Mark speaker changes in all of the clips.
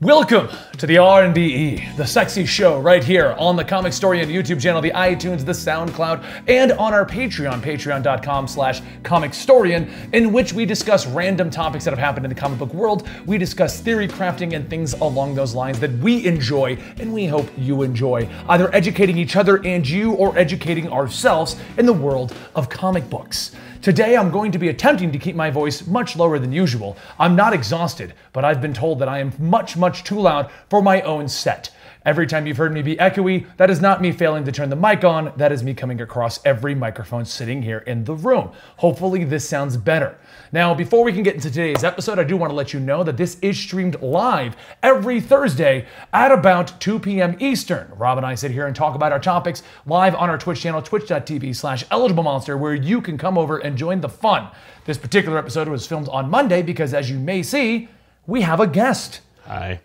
Speaker 1: Welcome to the RNDE, the sexy show right here on the Comic Story and YouTube channel, the iTunes, the SoundCloud, and on our Patreon, patreon.com slash comicstorian, in which we discuss random topics that have happened in the comic book world. We discuss theory crafting and things along those lines that we enjoy and we hope you enjoy, either educating each other and you or educating ourselves in the world of comic books. Today, I'm going to be attempting to keep my voice much lower than usual. I'm not exhausted, but I've been told that I am much, much too loud for my own set. Every time you've heard me be echoey, that is not me failing to turn the mic on, that is me coming across every microphone sitting here in the room. Hopefully, this sounds better. Now, before we can get into today's episode, I do want to let you know that this is streamed live every Thursday at about 2 p.m. Eastern. Rob and I sit here and talk about our topics live on our Twitch channel, twitch.tv slash eligible monster, where you can come over and join the fun. This particular episode was filmed on Monday because, as you may see, we have a guest.
Speaker 2: Hi.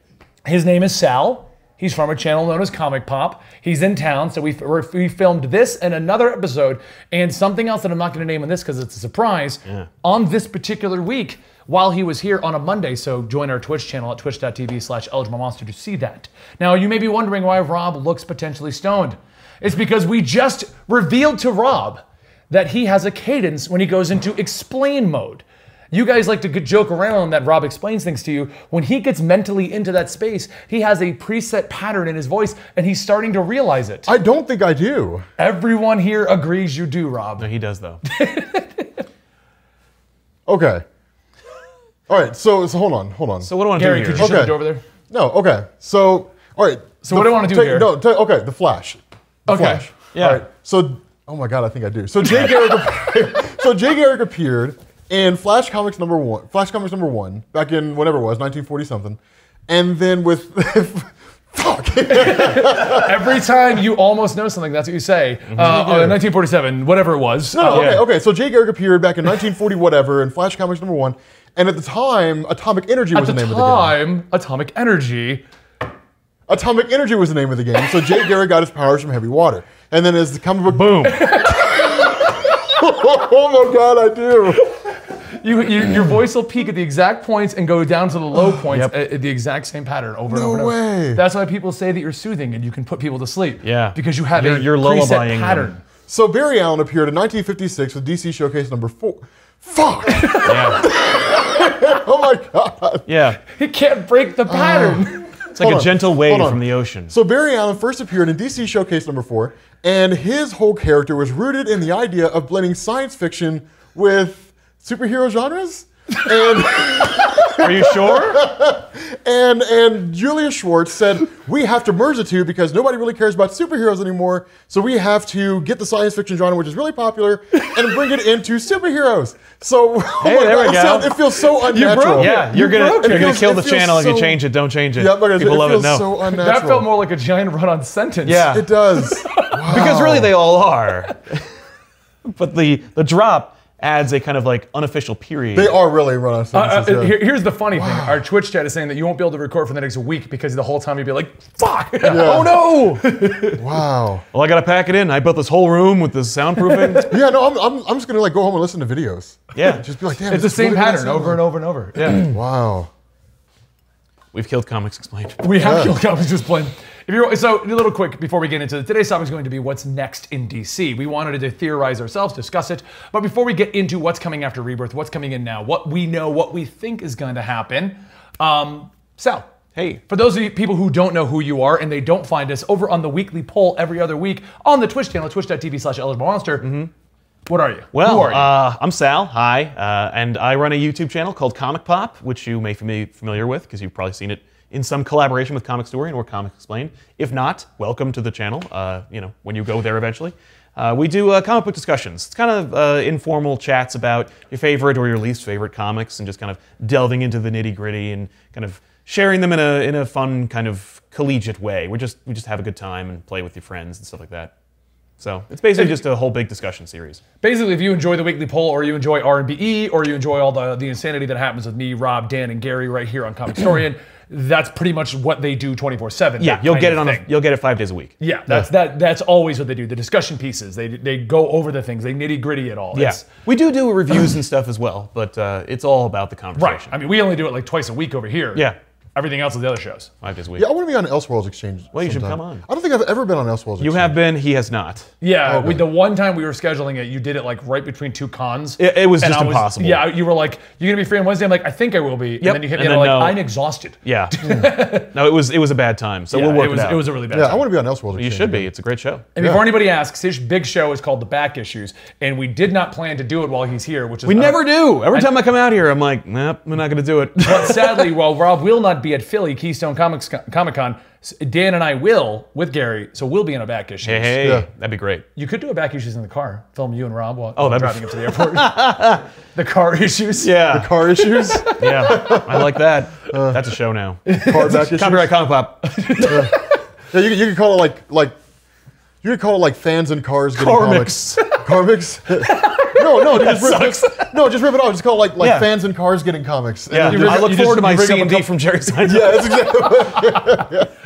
Speaker 1: His name is Sal. He's from a channel known as Comic Pop. He's in town, so we, we filmed this and another episode and something else that I'm not going to name on this because it's a surprise on this particular week while he was here on a Monday. So join our Twitch channel at twitch.tv slash eligible monster to see that. Now, you may be wondering why Rob looks potentially stoned. It's because we just revealed to Rob that he has a cadence when he goes into explain mode. You guys like to g- joke around that Rob explains things to you. When he gets mentally into that space, he has a preset pattern in his voice and he's starting to realize it.
Speaker 3: I don't think I do.
Speaker 1: Everyone here agrees you do, Rob.
Speaker 2: He does though.
Speaker 3: Okay. All right. So, so hold on, hold on.
Speaker 2: So what do I want to
Speaker 1: Gary,
Speaker 2: do here?
Speaker 1: could you shut
Speaker 3: Okay.
Speaker 1: the door over there?
Speaker 3: no. Okay. So all right. So
Speaker 1: what do I wanna do
Speaker 3: take,
Speaker 1: here?
Speaker 3: No. ta- okay. The Flash. The
Speaker 1: Okay.
Speaker 3: Flash.
Speaker 2: Yeah.
Speaker 3: All right. So oh my god, I think I do. So Jay Garrick. appeared- so Jay Garrick appeared in Flash Comics number one. Flash Comics number one back in whatever it was, 1940 something, and then with. Fuck.
Speaker 1: Every time you almost know something, that's what you say. Uh, uh, 1947, whatever it was.
Speaker 3: No,
Speaker 1: Uh,
Speaker 3: okay, okay. So Jay Garrick appeared back in 1940 whatever in Flash Comics number one, and at the time, Atomic Energy
Speaker 1: At
Speaker 3: was
Speaker 1: the
Speaker 3: the, name of the game.
Speaker 1: time, atomic energy.
Speaker 3: Atomic Energy was the name of the game, so Jay Garrick got his powers from heavy water. And then as the comic book boom. oh my god, I do.
Speaker 1: You, you, your voice will peak at the exact points and go down to the low points at, at the exact same pattern over and
Speaker 3: No
Speaker 1: over and over.
Speaker 3: way.
Speaker 1: That's why people say that you're soothing and you can put people to sleep.
Speaker 2: Yeah.
Speaker 1: Because you have
Speaker 2: You're-
Speaker 1: a
Speaker 2: you're
Speaker 1: preset
Speaker 2: lullabying
Speaker 1: pattern.
Speaker 2: them.
Speaker 3: So Barry Allen appeared in 1956 with DC Showcase number four. Fuck!
Speaker 2: Yeah.
Speaker 3: oh my god.
Speaker 2: Yeah.
Speaker 1: He can't break
Speaker 2: Ah,
Speaker 1: the pattern.
Speaker 2: It's like
Speaker 3: Hold
Speaker 2: a
Speaker 3: on,
Speaker 2: gentle
Speaker 3: hold
Speaker 2: wave
Speaker 3: on.
Speaker 2: from the ocean.
Speaker 3: So Barry Allen first appeared in DC Showcase number four, and his whole character was rooted in the idea of blending science fiction with superhero genres. And
Speaker 2: Are you sure?
Speaker 3: And and Julia Schwartz said we have to merge the two because nobody really cares about superheroes anymore. So we have to get the science fiction genre, which is really popular, and bring it into superheroes. So oh
Speaker 2: Hey, there we
Speaker 3: it,
Speaker 2: go.
Speaker 3: sounds- it feels so unnatural.
Speaker 1: broke it.
Speaker 2: Yeah.
Speaker 1: You
Speaker 2: You're gonna
Speaker 1: broke it.
Speaker 2: you're
Speaker 3: It
Speaker 2: gonna
Speaker 3: feels-
Speaker 2: kill
Speaker 3: it
Speaker 2: the
Speaker 3: feels
Speaker 2: channel and you
Speaker 3: so-
Speaker 2: change it. Don't change it.
Speaker 3: Yeah, I'm not gonna say-
Speaker 2: People love
Speaker 3: feels
Speaker 2: it. No.
Speaker 3: so unnatural.
Speaker 1: that felt more like a giant run on sentence.
Speaker 2: Yeah.
Speaker 3: It does.
Speaker 2: because really they all are. but the the drop adds a kind of like unofficial period.
Speaker 3: they are really run on
Speaker 1: Uh,
Speaker 3: sentences.
Speaker 1: uh,
Speaker 3: yeah.
Speaker 1: here- here's the funny thing. Our Twitch chat is saying that you won't be able to record for the next week because the whole time you'd be like, fuck, oh no.
Speaker 3: wow.
Speaker 2: well, I gotta pack it in. I built this whole room with this soundproofing.
Speaker 3: Yeah, no, I'm, I'm, I'm just gonna like go home and listen to videos.
Speaker 2: yeah.
Speaker 3: Just be like, damn,
Speaker 1: It's the
Speaker 3: this is
Speaker 1: same
Speaker 3: really
Speaker 1: pattern over and over and over.
Speaker 2: yeah.
Speaker 3: Wow.
Speaker 2: We've killed comics explained.
Speaker 1: We have Kill Cops just playing. If you're, so, a little quick before we get into it, today's topic is going to be what's next in DC. We wanted to theorize ourselves, discuss it, but before we get into what's coming after Rebirth, what's coming in now, what we know, what we think is going to happen, um, Sal.
Speaker 2: Hey.
Speaker 1: For those of you people who don't know who you are and they don't find us over on the weekly poll every other week on the Twitch channel, twitch.tv slash eligible monster, what are you?
Speaker 2: Mm-hmm. Well,
Speaker 1: who are you?
Speaker 2: Uh, I'm Sal. Hi, uh, and I run a YouTube channel called Comic Pop, which you may be familiar with because you've probably seen it in some collaboration with Comic Story and or Comic Explained. If not, welcome to the channel. Uh, you know, when you go there eventually, uh, we do uh, comic book discussions. It's kind of uh, informal chats about your favorite or your least favorite comics, and just kind of delving into the nitty gritty and kind of sharing them in a in a fun kind of collegiate way. We just we just have a good time and play with your friends and stuff like that. So it's basically just a whole big discussion series.
Speaker 1: Basically, if you enjoy the weekly poll, or you enjoy R&BE, or you enjoy all the, the insanity that happens with me, Rob, Dan, and Gary right here on Comic Historian, that's pretty much what they do 24/7.
Speaker 2: Yeah,
Speaker 1: that
Speaker 2: you'll
Speaker 1: kind
Speaker 2: get
Speaker 1: of
Speaker 2: it on. A,
Speaker 1: thing.
Speaker 2: you'll get it five days a week.
Speaker 1: yeah, that's that. That's always what they do. The discussion pieces. They they go over the things. They nitty gritty it all.
Speaker 2: Yeah.
Speaker 1: It's-
Speaker 2: we do do reviews and stuff as well, but uh, it's all about the
Speaker 1: right.
Speaker 2: conversation.
Speaker 1: I mean, we only do it like twice a week over here.
Speaker 2: Yeah.
Speaker 1: I everything else of the other shows.
Speaker 2: Five days a week.
Speaker 3: Yeah, I want to be on Elseworlds Exchange. Well,
Speaker 2: you should come on.
Speaker 3: I don't think I've ever been on Elseworlds.
Speaker 2: You have been. He has not.
Speaker 1: Yeah,
Speaker 3: Okay.
Speaker 1: we, the one time we were scheduling it, you did it like right between two cons.
Speaker 2: It- it was
Speaker 1: And
Speaker 2: just
Speaker 1: I was-
Speaker 2: impossible.
Speaker 1: Yeah, you were like, "You're gonna be free on Wednesday." I'm like, "I think I will be," and then you hit me, and
Speaker 2: and
Speaker 1: I'm
Speaker 2: then
Speaker 1: like,
Speaker 2: no.
Speaker 1: "I'm exhausted."
Speaker 2: Yeah. no, it was it was a bad time. So we'll
Speaker 1: Yeah,
Speaker 2: work
Speaker 1: it was
Speaker 2: out.
Speaker 1: it was a really bad.
Speaker 3: Yeah,
Speaker 1: time.
Speaker 3: I want to be on Elseworlds Exchange.
Speaker 2: you should be. It's a great show.
Speaker 1: And before anybody asks, his big show is called The Back Issues, and we did not plan to do it while he's here, which is
Speaker 2: We never do. Every time I come out here, I'm like, nope, we're not gonna do it.
Speaker 1: But sadly, while Rob will not be at Philly Keystone Comics Comic Con, Dan and I will with Gary, so we'll be in a back issue.
Speaker 2: hey, hey,
Speaker 3: Yeah.
Speaker 2: that'd be great.
Speaker 1: You could do a back issues in the car. Film you and Rob while
Speaker 2: Oh, that'd
Speaker 1: driving
Speaker 2: be-
Speaker 1: up to the airport. the car issues.
Speaker 2: Yeah,
Speaker 3: Car issues,
Speaker 2: yeah, I like that. That's a show now.
Speaker 3: car back issues.
Speaker 2: Copyright comic pop.
Speaker 3: Yeah, you, could- you could call it like like you could call it like fans and cars getting
Speaker 2: Car
Speaker 3: comics. Comics. no, no, just rip, just- no, just rip it off. Just call it like like
Speaker 2: Yeah.
Speaker 3: fans and cars getting comics. And
Speaker 2: Yeah,
Speaker 3: then just-
Speaker 2: I look
Speaker 3: you
Speaker 2: forward to my
Speaker 3: just-
Speaker 2: C
Speaker 3: you
Speaker 2: and
Speaker 3: bring
Speaker 2: D
Speaker 3: up
Speaker 2: from Jerry Seinfeld.
Speaker 3: a couple- Yeah, that's exactly.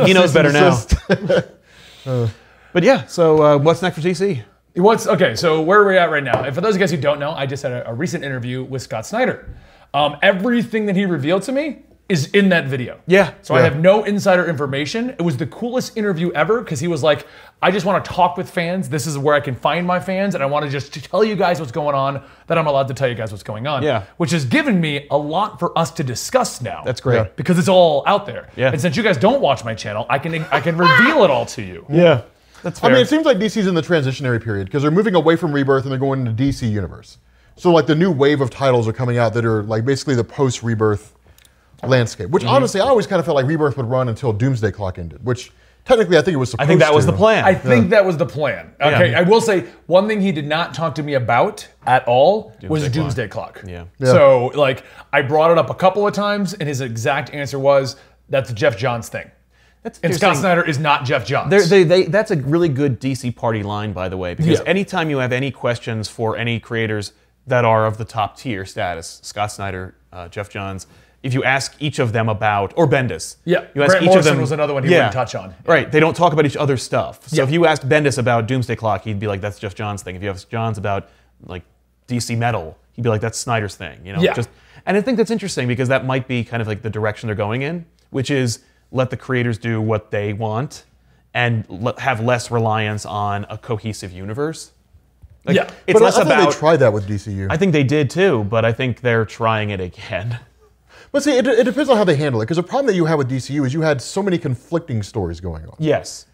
Speaker 2: he knows better now.
Speaker 3: Just-
Speaker 2: But yeah, so uh, what's next for TC?
Speaker 1: What's okay? So where are we at right now? And for those of you guys who don't know, I just had a, a recent interview with Scott Snyder. Um, everything that he revealed to me is in that video.
Speaker 2: Yeah.
Speaker 1: So I
Speaker 2: Yeah.
Speaker 1: have no insider information. It was the coolest interview ever because he was like, "I just want to talk with fans. This is where I can find my fans, and I want to just tell you guys what's going on. That I'm allowed to tell you guys what's going on.
Speaker 2: Yeah.
Speaker 1: Which has given me a lot for us to discuss now.
Speaker 2: That's great. Yeah.
Speaker 1: because it's all out there.
Speaker 2: Yeah.
Speaker 1: And since you guys don't watch my channel, I can I can reveal it all to you.
Speaker 2: Yeah, that's
Speaker 3: I
Speaker 2: fair.
Speaker 3: mean, it seems like DC's in the transitionary period because they're moving away from Rebirth and they're going into DC Universe. So like the new wave of titles are coming out that are like basically the post Rebirth landscape. Which
Speaker 2: Mm-hmm.
Speaker 3: honestly, I always kind of felt like Rebirth would run until Doomsday Clock ended. Which technically, I think it was supposed.
Speaker 2: I think that was
Speaker 3: to.
Speaker 2: the plan.
Speaker 1: I think that was the plan. Okay, I will say one thing he did not talk to me about at all was
Speaker 2: Doomsday
Speaker 1: Doomsday Clock.
Speaker 2: Yeah.
Speaker 1: So like I brought it up a couple of times, and his exact answer was, "That's Jeff Johns thing."
Speaker 2: that's
Speaker 1: And Scott Snyder is not Jeff Johns.
Speaker 2: They're, they, they, that's a really good DC party line, by the way, because
Speaker 1: Yeah.
Speaker 2: anytime you have any questions for any creators that are of the top tier status, Scott Snyder, uh, Jeff Johns, if you ask each of them about, or Bendis,
Speaker 1: Yeah,
Speaker 2: you ask
Speaker 1: Grant
Speaker 2: each of
Speaker 1: Morrison
Speaker 2: them
Speaker 1: was another one he wouldn't touch on.
Speaker 2: Right, they don't talk about each other's stuff. So
Speaker 1: Yeah.
Speaker 2: if you asked Bendis about Doomsday Clock, he'd be like, "That's Jeff Johns' thing." If you asked Johns about like DC Metal, he'd be like, "That's Snyder's thing." You know,
Speaker 1: Yeah.
Speaker 2: just and I think that's interesting because that might be kind of like the direction they're going in, which is let the creators do what they want and le- have less reliance on a cohesive universe. Like,
Speaker 1: Yeah.
Speaker 2: it's
Speaker 3: But I, I
Speaker 2: less
Speaker 3: thought
Speaker 2: about.
Speaker 3: they tried that with DCU.
Speaker 2: I think they did too, but I think they're trying it again.
Speaker 3: But see, it, it depends on how they handle it. Because the problem that you had with DCU is you had so many conflicting stories going on.
Speaker 2: Yes.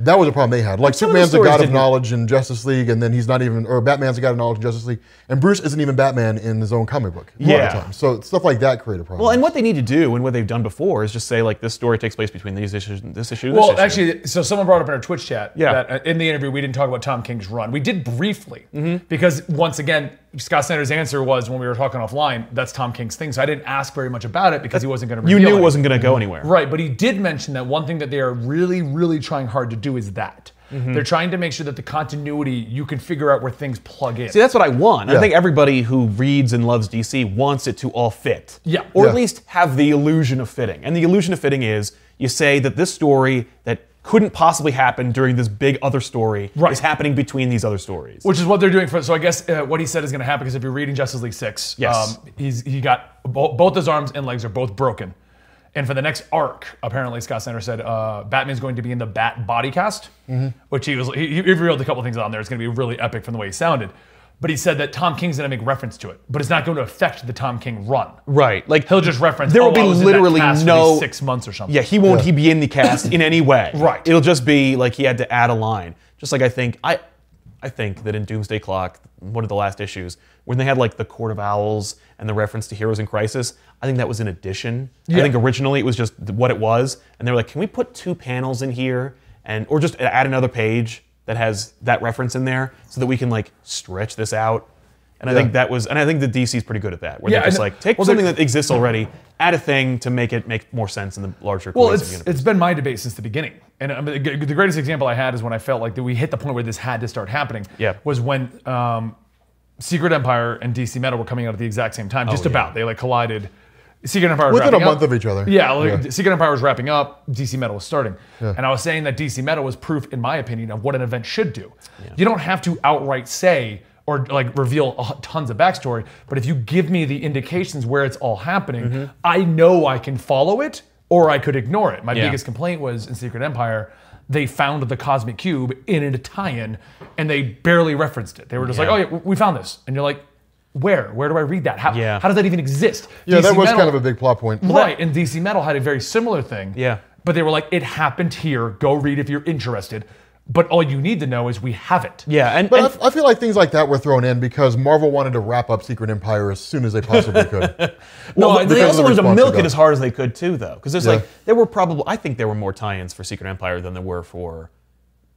Speaker 3: That was a problem they had. Like
Speaker 2: some of the
Speaker 3: Superman's a
Speaker 2: stories
Speaker 3: god of
Speaker 2: didn't-
Speaker 3: knowledge in Justice League, and then he's not even, or Batman's a god of knowledge in Justice League, and Bruce isn't even Batman in his own comic book. a lot of
Speaker 2: Yeah.
Speaker 3: times. So stuff like that created problems.
Speaker 2: Well, and what they need to do and what they've done before is just say like this story takes place between these issues, and this issue, and
Speaker 1: well,
Speaker 2: this issue.
Speaker 1: actually, so someone brought up in our Twitch chat
Speaker 2: Yeah.
Speaker 1: that uh, in the interview we didn't talk about Tom King's run. We did briefly
Speaker 2: Mm-hmm.
Speaker 1: because once again, Scott Snyder's answer was when we were talking offline, "That's Tom King's thing." So I didn't ask very much about it because he wasn't going to.
Speaker 2: you knew it wasn't going to go anywhere.
Speaker 1: Right, but he did mention that one thing that they are really, really trying hard to do is that.
Speaker 2: Mm-hmm.
Speaker 1: They're trying to make sure that the continuity, you can figure out where things plug in.
Speaker 2: See, that's what I want. I
Speaker 3: Yeah.
Speaker 2: think everybody who reads and loves DC wants it to all fit.
Speaker 1: Yeah.
Speaker 2: Or at
Speaker 3: Yeah.
Speaker 2: least have the illusion of fitting. And the illusion of fitting is you say that this story that couldn't possibly happen during this big other story
Speaker 1: Right.
Speaker 2: is happening between these other stories.
Speaker 1: Which is what they're doing for. So I guess uh, what he said is going to happen because if you're reading Justice League Six, um,
Speaker 2: Yes.
Speaker 1: he's he got bo- both his arms and legs are both broken, and for the next arc, apparently Scott Snyder said uh, Batman's going to be in the Bat body cast,
Speaker 2: Mm-hmm.
Speaker 1: which he was he, he revealed a couple things on there. It's going to be really epic from the way he sounded, but he said that Tom King's going to make reference to it, but it's not going to affect the Tom King run.
Speaker 2: right. Like
Speaker 1: He'll just reference.
Speaker 2: There will
Speaker 1: "Oh,
Speaker 2: be
Speaker 1: I was in that
Speaker 2: literally
Speaker 1: cast for these
Speaker 2: no-
Speaker 1: six months or something.
Speaker 2: Yeah, he won't he be in the cast in any way.
Speaker 1: Right.
Speaker 2: It'll just be like he had to add a line. Just like I think I I think that in Doomsday Clock, one of the last issues, when they had like the Court of Owls and the reference to Heroes in Crisis, I think that was an addition. I
Speaker 1: Yeah.
Speaker 2: think originally it was just th- what it was, and they were like, "Can we put two panels in here and or just add another page that has that reference in there so that we can like stretch this out?" And I think that was, and I think the DC's pretty good at that, where
Speaker 1: Yeah,
Speaker 2: they're just
Speaker 1: and-
Speaker 2: like take
Speaker 1: well, they're-
Speaker 2: something that exists already, add a thing to make it make more sense in the larger
Speaker 1: Well,
Speaker 2: cohesive
Speaker 1: it's,
Speaker 2: universe.
Speaker 1: it's been my debate since the beginning. And um, the the greatest example I had is when I felt like that we hit the point where this had to start happening.
Speaker 2: Yeah.
Speaker 1: Was when um, Secret Empire and DC Metal were coming out at the exact same time, just
Speaker 2: Oh, yeah.
Speaker 1: about. They like collided. Secret Empire was
Speaker 3: Within a
Speaker 1: wrapping up.
Speaker 3: month of each other.
Speaker 1: Yeah, like,
Speaker 3: Yeah.
Speaker 1: Secret Empire was wrapping up. DC Metal was starting, and I was saying that DC Metal was proof, in my opinion, of what an event should do. You don't have to outright say or like reveal a- tons of backstory. But if you give me the indications where it's all happening,
Speaker 3: Mm-hmm.
Speaker 1: I know I can follow it or I could ignore it. My
Speaker 2: Yeah.
Speaker 1: biggest complaint was in Secret Empire. They found the cosmic cube in an Italian, and they barely referenced it. They were just
Speaker 2: Yeah.
Speaker 1: like, "Oh yeah, we found this," and you're like, "Where? Where do I read that? How,
Speaker 2: Yeah.
Speaker 1: how does that even exist?"
Speaker 3: Yeah, that
Speaker 1: DC
Speaker 3: was
Speaker 1: Metal-
Speaker 3: kind of a big plot point.
Speaker 1: Right, and DC Metal had a very similar thing.
Speaker 2: Yeah.
Speaker 1: But they were like, it happened here. Go read if you're interested. But all you need to know is we have it.
Speaker 2: Yeah, and,
Speaker 3: But I
Speaker 2: and
Speaker 3: f- I feel like things like that were thrown in because Marvel wanted to wrap up Secret Empire as soon as they possibly could.
Speaker 2: no,
Speaker 3: Well,
Speaker 2: they
Speaker 3: because
Speaker 2: also
Speaker 3: of the
Speaker 2: wanted to
Speaker 3: response
Speaker 2: milk
Speaker 3: they
Speaker 2: it
Speaker 3: got.
Speaker 2: as hard as they could too, though, because there's
Speaker 3: Yeah.
Speaker 2: like there were probably I think there were more tie-ins for Secret Empire than there were for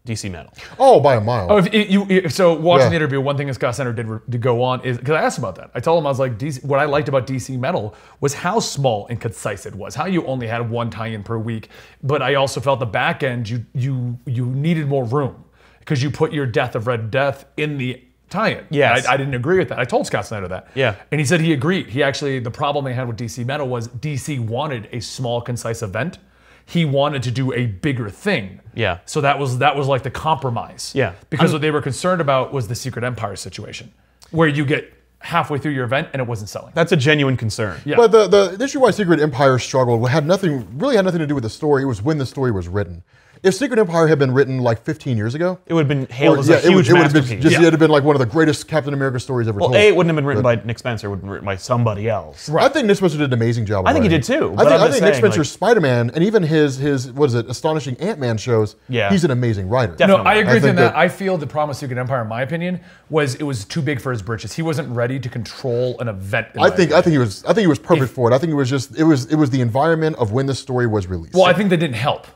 Speaker 2: DC Metal.
Speaker 3: Oh, by a mile.
Speaker 1: Oh, if it- you, if, so watching
Speaker 3: Yeah.
Speaker 1: the interview, one thing Scott Center did re- to go on is because I asked about that. I told him I was like, DC, what I liked about DC Metal was how small and concise it was. How you only had one tie-in per week, but I also felt the back end you you you needed more room because you put your death of Red Death in the tie-in.
Speaker 2: Yes.
Speaker 1: I, I didn't agree with that. I told Scott Snyder that.
Speaker 2: Yeah.
Speaker 1: and he said he agreed. He actually the problem they had with DC Metal was DC wanted a small concise event. He wanted to do a bigger thing.
Speaker 2: Yeah.
Speaker 1: So that was that was like the compromise.
Speaker 2: Yeah.
Speaker 1: Because what they were concerned about was the Secret Empire situation, where you get halfway through your event and it wasn't selling.
Speaker 2: That's a genuine concern. Yeah,
Speaker 3: But the, the the issue why Secret Empire struggled had nothing really had nothing to do with the story. It was when the story was written. If Secret Empire had been written like 15 years ago,
Speaker 2: it would have been hailed
Speaker 3: or-
Speaker 2: as
Speaker 3: yeah,
Speaker 2: a
Speaker 3: it would-
Speaker 2: huge
Speaker 3: it would have
Speaker 2: masterpiece.
Speaker 3: been just
Speaker 1: Yeah.
Speaker 3: it would have been like one of the greatest Captain America stories ever
Speaker 2: Well,
Speaker 3: told.
Speaker 2: a it wouldn't have been written by Nick Spencer; it would have been written by somebody else.
Speaker 3: I think Nick Spencer did an amazing job.
Speaker 2: I think he did too,
Speaker 3: I
Speaker 2: but
Speaker 3: think,
Speaker 2: I'm
Speaker 3: I think
Speaker 2: just
Speaker 3: Nick
Speaker 2: saying, like-
Speaker 3: Spencer's Spider-Man and even his his what is it, astonishing Ant-Man shows.
Speaker 2: Yeah.
Speaker 3: he's an amazing writer.
Speaker 1: no,
Speaker 2: Definitely.
Speaker 1: I agree
Speaker 3: I
Speaker 1: with you on
Speaker 3: think
Speaker 1: that.
Speaker 3: that-
Speaker 1: I feel the problem with Secret Empire, in my opinion, was it was too big for his britches. He wasn't ready to control an event. in
Speaker 3: I
Speaker 1: my
Speaker 3: think
Speaker 1: opinion.
Speaker 3: I think he was I think he was perfect for it. I think it was just it was it was the environment of when the story was released.
Speaker 1: Well, I think they didn't help.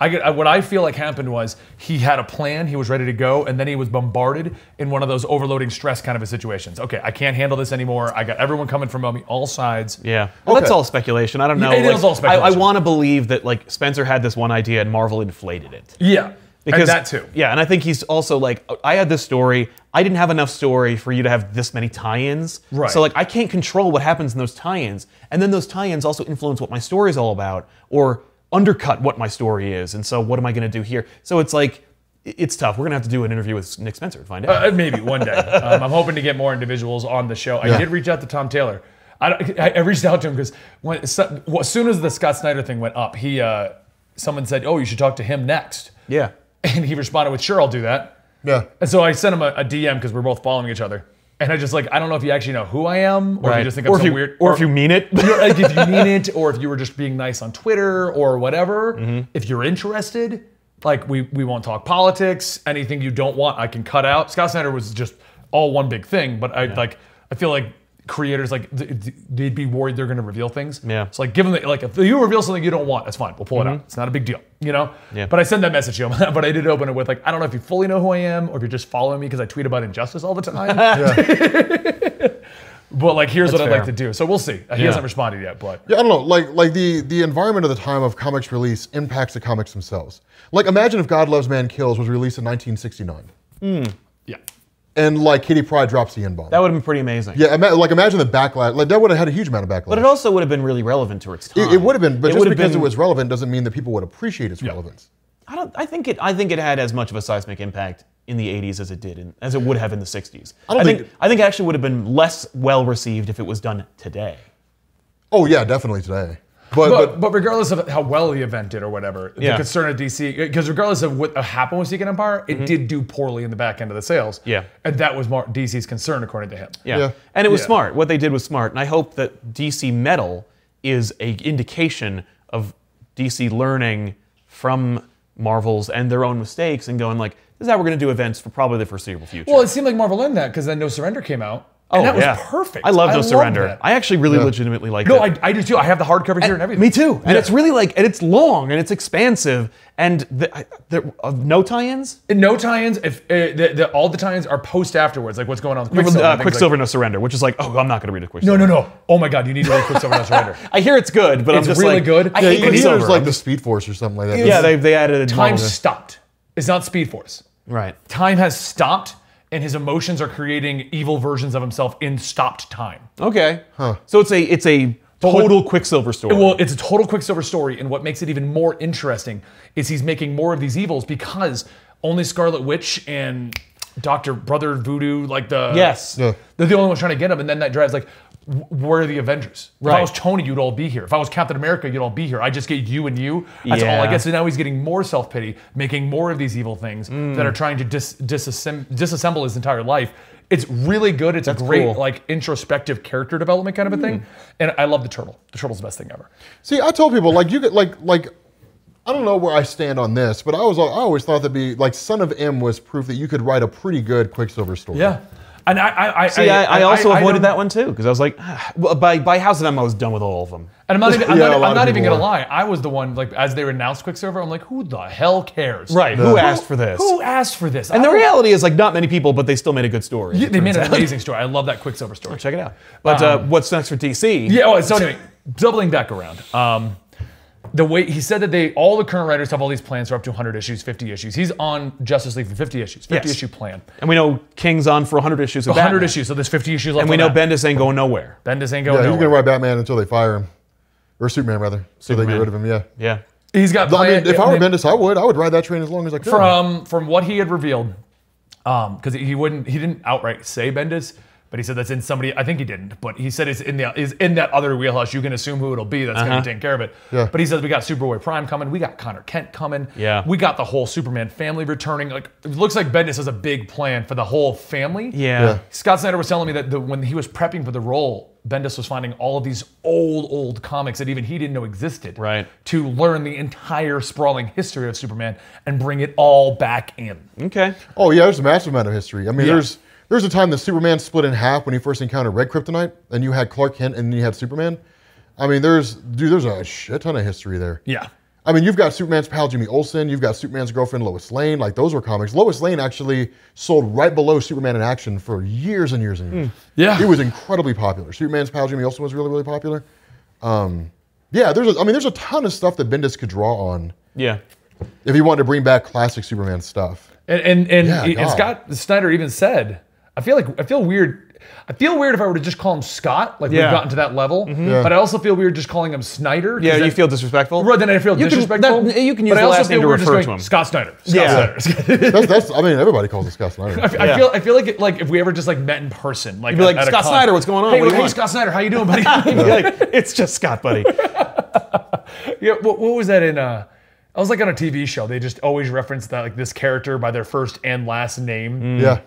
Speaker 1: I get, I, what I feel like happened was he had a plan, he was ready to go, and then he was bombarded in one of those overloading stress kind of situations. Okay, I can't handle this anymore. I got everyone coming from me all sides.
Speaker 2: Yeah. Well, that's
Speaker 3: Okay.
Speaker 2: all speculation. I don't know.
Speaker 1: Yeah, it
Speaker 2: like,
Speaker 1: is all
Speaker 2: I, I
Speaker 1: speculation.
Speaker 2: want to believe that like Spencer had this one idea and Marvel inflated it.
Speaker 1: Yeah, and that too.
Speaker 2: Yeah, and I think he's also like, I had this story. I didn't have enough story for you to have this many tie-ins.
Speaker 1: Right.
Speaker 2: So like, I can't control what happens in those tie-ins, and then those tie-ins also influence what my story is all about, or undercut what my story is. And so, what am I going to do here? So it's like, i- it's tough. We're going to have to do an interview with Nick Spencer to find out.
Speaker 1: Uh, maybe one day. Um, I'm hoping to get more individuals on the show. I
Speaker 3: Yeah.
Speaker 1: did reach out to Tom Taylor. I, don't- I I reached out to him because when so, well, as soon as the Scott Snyder thing went up, he uh, someone said, "Oh, you should talk to him next,"
Speaker 2: yeah.
Speaker 1: and he responded with, "Sure, I'll do that."
Speaker 3: yeah.
Speaker 1: And so I sent him a, a DM because we're both following each other. And I just like I don't know if you actually know who I am, or if you just think I'm
Speaker 2: or if
Speaker 1: some
Speaker 2: you,
Speaker 1: weird,
Speaker 2: or if you mean it.
Speaker 1: you're- like if you mean it, or if you were just being nice on Twitter or whatever.
Speaker 2: Mm-hmm.
Speaker 1: If you're interested, like we we won't talk politics. Anything you don't want, I can cut out. Scott Snyder was just all one big thing, but I like I feel like creators like th- th- they'd be worried they're going to reveal things.
Speaker 2: Yeah. Mm-hmm.
Speaker 1: So like, give them the, like if you reveal something you don't want, that's fine. We'll pull it out. It's not a big deal, you know.
Speaker 2: Yeah.
Speaker 1: But I sent that message to him. but I did open it with like I don't know if you fully know who I am or if you're just following me because I tweet about injustice all the time. but like, here's what I'd
Speaker 2: fair.
Speaker 1: like to do. So we'll see. He
Speaker 2: Yeah.
Speaker 1: hasn't responded yet, but.
Speaker 3: Yeah, I don't know. Like, like the the environment of the time of comics release impacts the comics themselves. Like, imagine if God Loves Man Kills was released in 1969,
Speaker 1: Yeah.
Speaker 3: and like Kitty Pryde drops the N bomb.
Speaker 2: that would have been pretty amazing.
Speaker 3: yeah, ima- like imagine the backlash. Like that would have had a huge amount of backlash.
Speaker 2: But it also would have been really relevant to its time.
Speaker 3: it, would have been, but
Speaker 2: It
Speaker 3: just
Speaker 2: would have
Speaker 3: because
Speaker 2: been-
Speaker 3: it was relevant doesn't mean that people would appreciate its relevance.
Speaker 2: I don't. I think it. I think it had as much of a seismic impact in the 80s as it did in, as it would have in the 60s. I,
Speaker 3: don't
Speaker 2: think,
Speaker 3: think-
Speaker 2: I think it actually would have been less well received if it was done today.
Speaker 3: Oh yeah, definitely today. But,
Speaker 1: But,
Speaker 3: but,
Speaker 1: but regardless of how well the event did or whatever,
Speaker 2: Yeah.
Speaker 1: the concern of DC, because regardless of what happened with Secret Empire, it did do poorly in the back end of the sales.
Speaker 2: Mm-hmm. Yeah.
Speaker 1: And that was Mar- DC's concern, according to him.
Speaker 2: Yeah.
Speaker 3: Yeah.
Speaker 2: And it was
Speaker 1: Yeah.
Speaker 2: smart. What they did was smart. And I hope that DC Metal is a indication of DC learning from Marvel's and their own mistakes and going like, this is how we're going to do events for probably the foreseeable future. Oh,
Speaker 1: Well, it seemed like Marvel learned that because then No Surrender came out. and that was perfect.
Speaker 2: I love No
Speaker 1: loved
Speaker 2: Surrender.
Speaker 1: that.
Speaker 2: I actually really legitimately like
Speaker 1: no,
Speaker 2: it.
Speaker 1: I, I do too. I have the hardcover here and everything.
Speaker 2: Me too. And
Speaker 1: Yeah.
Speaker 2: it's really like, and it's long and it's expansive, and the, I- there uh, no tie-ins.
Speaker 1: And no tie-ins. If uh, the, the, all the tie-ins are post afterwards, like what's going on with
Speaker 2: Quicksilver,
Speaker 1: Quicksilver.
Speaker 2: uh,
Speaker 1: and things
Speaker 2: Quicksilver No Surrender, which is like, oh, I'm not going to read a Quicksilver.
Speaker 1: Like, no, no, no. Oh my God, you need to read Quicksilver No Surrender.
Speaker 2: I hear it's good, but I'm
Speaker 1: It's
Speaker 2: just
Speaker 1: really
Speaker 2: like,
Speaker 1: good.
Speaker 2: I
Speaker 1: Yeah,
Speaker 2: hate
Speaker 1: you can
Speaker 3: but
Speaker 1: either
Speaker 3: either
Speaker 2: Quicksilver.
Speaker 3: it's like the Speed Force or something like that.
Speaker 2: yeah, they they added a
Speaker 1: Time
Speaker 2: model.
Speaker 1: stopped. It's not Speed Force.
Speaker 2: Right.
Speaker 1: time has stopped and his emotions are creating evil versions of himself in stopped time.
Speaker 2: Okay. So it's a it's a
Speaker 1: what-
Speaker 2: total Quicksilver story.
Speaker 1: Well, it's a total Quicksilver story, and what makes it even more interesting is he's making more of these evils because only Scarlet Witch and Doctor Brother Voodoo, like the
Speaker 2: Yes. Yeah.
Speaker 1: they're the only ones trying to get him, and then that drives like, w- where are the Avengers? If I
Speaker 2: Right.
Speaker 1: was Tony, you'd all be here. If I was Captain America, you'd all be here. I just get you and you. That's all I
Speaker 2: Yeah.
Speaker 1: get. So now he's getting more self pity, making more of these evil things that
Speaker 2: Mm.
Speaker 1: are trying to dis- disassem- disassemble his entire life. It's really good. It's a great
Speaker 2: cool. Mm.
Speaker 1: like introspective character development kind of a thing, and I love the turtle. The turtle's the best thing ever.
Speaker 3: See, I told people like you could like like I don't know where I stand on this, but I was al- I always thought that be like Son of M was proof that you could write a pretty good Quicksilver story.
Speaker 1: Yeah, and I I I,
Speaker 2: See, I, I, also avoided
Speaker 1: don't-
Speaker 2: that one too because I was like, ah, well, by by House of M, I was done with all of them.
Speaker 1: And I'm not even, I'm
Speaker 3: Yeah, a
Speaker 1: not,
Speaker 3: lot
Speaker 1: I'm
Speaker 3: of
Speaker 1: not even
Speaker 3: people
Speaker 1: gonna lie. I was the one like as they announced Quicksilver, I'm like, who the hell cares?
Speaker 2: Right? Who asked for this?
Speaker 1: Who asked for this?
Speaker 2: And the
Speaker 1: I-
Speaker 2: reality is, like, not many people, but they still made a good story.
Speaker 1: they made an amazing story. I love that Quicksilver story.
Speaker 2: Check it out. But uh, what's next for DC?
Speaker 1: Yeah. Oh, so anyway, doubling back around. Um, the way he said that they all the current writers have all these plans for up to 100 issues, 50 issues. He's on Justice League for 50 issues, 50
Speaker 2: Yes.
Speaker 1: issue plan,
Speaker 2: And we know King's on for 100 issues of
Speaker 1: 100
Speaker 2: Batman.
Speaker 1: issues. So there's 50 issues left.
Speaker 2: And we
Speaker 1: on
Speaker 2: know
Speaker 1: that.
Speaker 2: Bendis ain't going nowhere.
Speaker 1: Bendis ain't
Speaker 3: yeah,
Speaker 1: going.
Speaker 3: he's gonna
Speaker 1: nowhere.
Speaker 3: write Batman until they fire him, or Superman rather, so they
Speaker 2: Superman.
Speaker 3: get rid of him. Yeah.
Speaker 2: Yeah.
Speaker 1: He's got.
Speaker 3: I
Speaker 1: plan-
Speaker 3: mean, if I were
Speaker 1: and-
Speaker 3: Bendis, I would. I would ride that train as long as I could.
Speaker 1: from from what he had revealed, because he wouldn't, he didn't outright say Bendis, but he said that's in somebody. I think he didn't, but he said it's in the is in that other wheelhouse. You can assume who it'll be that's going
Speaker 2: Uh-huh.
Speaker 1: to take care of it.
Speaker 3: Yeah.
Speaker 1: But he says we got Superboy Prime coming, we got Connor Kent coming,
Speaker 2: Yeah.
Speaker 1: we got the whole Superman family returning. Like it looks like Bendis has a big plan for the whole family.
Speaker 2: Yeah.
Speaker 3: Yeah.
Speaker 1: Scott Snyder was telling me that the, when he was prepping for the role, Bendis was finding all of these old, old comics that even he didn't know existed.
Speaker 2: Right.
Speaker 1: To learn the entire sprawling history of Superman and bring it all back in.
Speaker 2: Okay.
Speaker 3: Oh yeah, there's a massive amount of history. I mean,
Speaker 1: Yeah.
Speaker 3: there's there's a time that Superman split in half when he first encountered Red Kryptonite, and you had Clark Kent, and then you had Superman. I mean, there's dude, there's a shit ton of history there.
Speaker 1: Yeah.
Speaker 3: I mean, you've got Superman's pal Jimmy Olsen, you've got Superman's girlfriend Lois Lane. Like those were comics. Lois Lane actually sold right below Superman in action for years and years and years.
Speaker 1: Yeah.
Speaker 3: it was incredibly popular. Superman's pal Jimmy Olsen was really really popular. Um, yeah, there's a, I mean, there's a ton of stuff that Bendis could draw on
Speaker 2: Yeah.
Speaker 3: if he wanted to bring back classic Superman stuff.
Speaker 1: And and and,
Speaker 3: Yeah,
Speaker 1: and
Speaker 3: God.
Speaker 1: Scott Snyder even said, I feel like I feel weird. I feel weird if I were to just call him Scott, like
Speaker 2: Yeah. Mm-hmm.
Speaker 1: we've gotten to that level.
Speaker 3: Yeah.
Speaker 1: But I also feel weird just calling him Snyder. 'cause
Speaker 2: Yeah. You
Speaker 1: then-
Speaker 2: feel disrespectful.
Speaker 1: Right, then I feel
Speaker 2: You can-
Speaker 1: disrespectful.
Speaker 2: that- you can use
Speaker 1: but I
Speaker 2: the
Speaker 1: also
Speaker 2: last
Speaker 1: feel
Speaker 2: name to
Speaker 1: weird just
Speaker 2: refer
Speaker 1: going,
Speaker 2: to him.
Speaker 1: Scott Snyder. Scott
Speaker 2: Yeah.
Speaker 1: Snyder.
Speaker 3: That's, that's I mean, everybody calls it Scott Snyder.
Speaker 1: I
Speaker 2: Yeah.
Speaker 1: feel I feel like it, like if we ever just like met in person, like
Speaker 2: be like,
Speaker 1: at a
Speaker 2: "Scott
Speaker 1: con-
Speaker 2: Snyder, what's going on?
Speaker 1: Hey,
Speaker 2: What do you
Speaker 1: hey,
Speaker 2: want?"
Speaker 1: Scott Snyder, how you doing, buddy?
Speaker 2: You'd be like, it's just Scott, buddy.
Speaker 1: yeah, what, what was that in? Uh, I was like on a TV show. They just always reference that like this character by their first and last name.
Speaker 2: Mm.
Speaker 3: Yeah.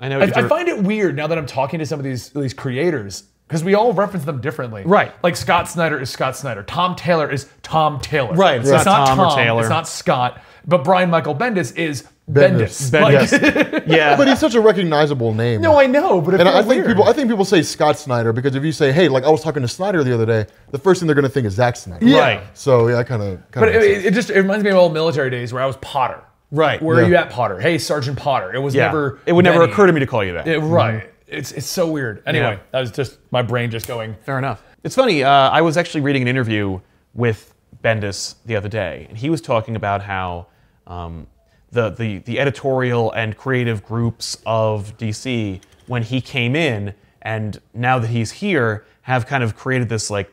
Speaker 2: I know.
Speaker 1: I,
Speaker 2: you're-
Speaker 1: I find it weird now that I'm talking to some of these these creators because we all reference them differently.
Speaker 2: Right.
Speaker 1: Like Scott Snyder is Scott Snyder. Tom Taylor is Tom Taylor.
Speaker 2: Right, it's
Speaker 1: It's not
Speaker 2: not Tom or Taylor.
Speaker 1: It's not Scott. But Brian Michael Bendis is Bendis.
Speaker 3: Bendis.
Speaker 1: Like-
Speaker 2: Bendis. yeah.
Speaker 3: But he's such a recognizable name.
Speaker 1: no, I know, but it
Speaker 3: and I
Speaker 1: feels
Speaker 3: think
Speaker 1: weird.
Speaker 3: people I think people say Scott Snyder because if you say, hey, like I was talking to Snyder the other day, the first thing they're gonna think is Zack Snyder.
Speaker 2: Yeah. Right.
Speaker 3: So yeah, I kinda kinda
Speaker 1: But
Speaker 3: makes
Speaker 1: it,
Speaker 3: sense.
Speaker 1: it- it just it reminds me of old military days where I was Potter.
Speaker 2: Right.
Speaker 1: Where are
Speaker 3: Yeah.
Speaker 1: you at, Potter? Hey, Sergeant Potter. It was
Speaker 2: yeah.
Speaker 1: never.
Speaker 2: it would never
Speaker 1: Benny.
Speaker 2: occur to me to call you that.
Speaker 1: It- right. It's it's so weird. Anyway,
Speaker 2: Yeah.
Speaker 1: that was just my brain just going.
Speaker 2: Fair enough. It's funny. Uh, I was actually reading an interview with Bendis the other day, and he was talking about how um, the, the the editorial and creative groups of DC, when he came in, and now that he's here, have kind of created this like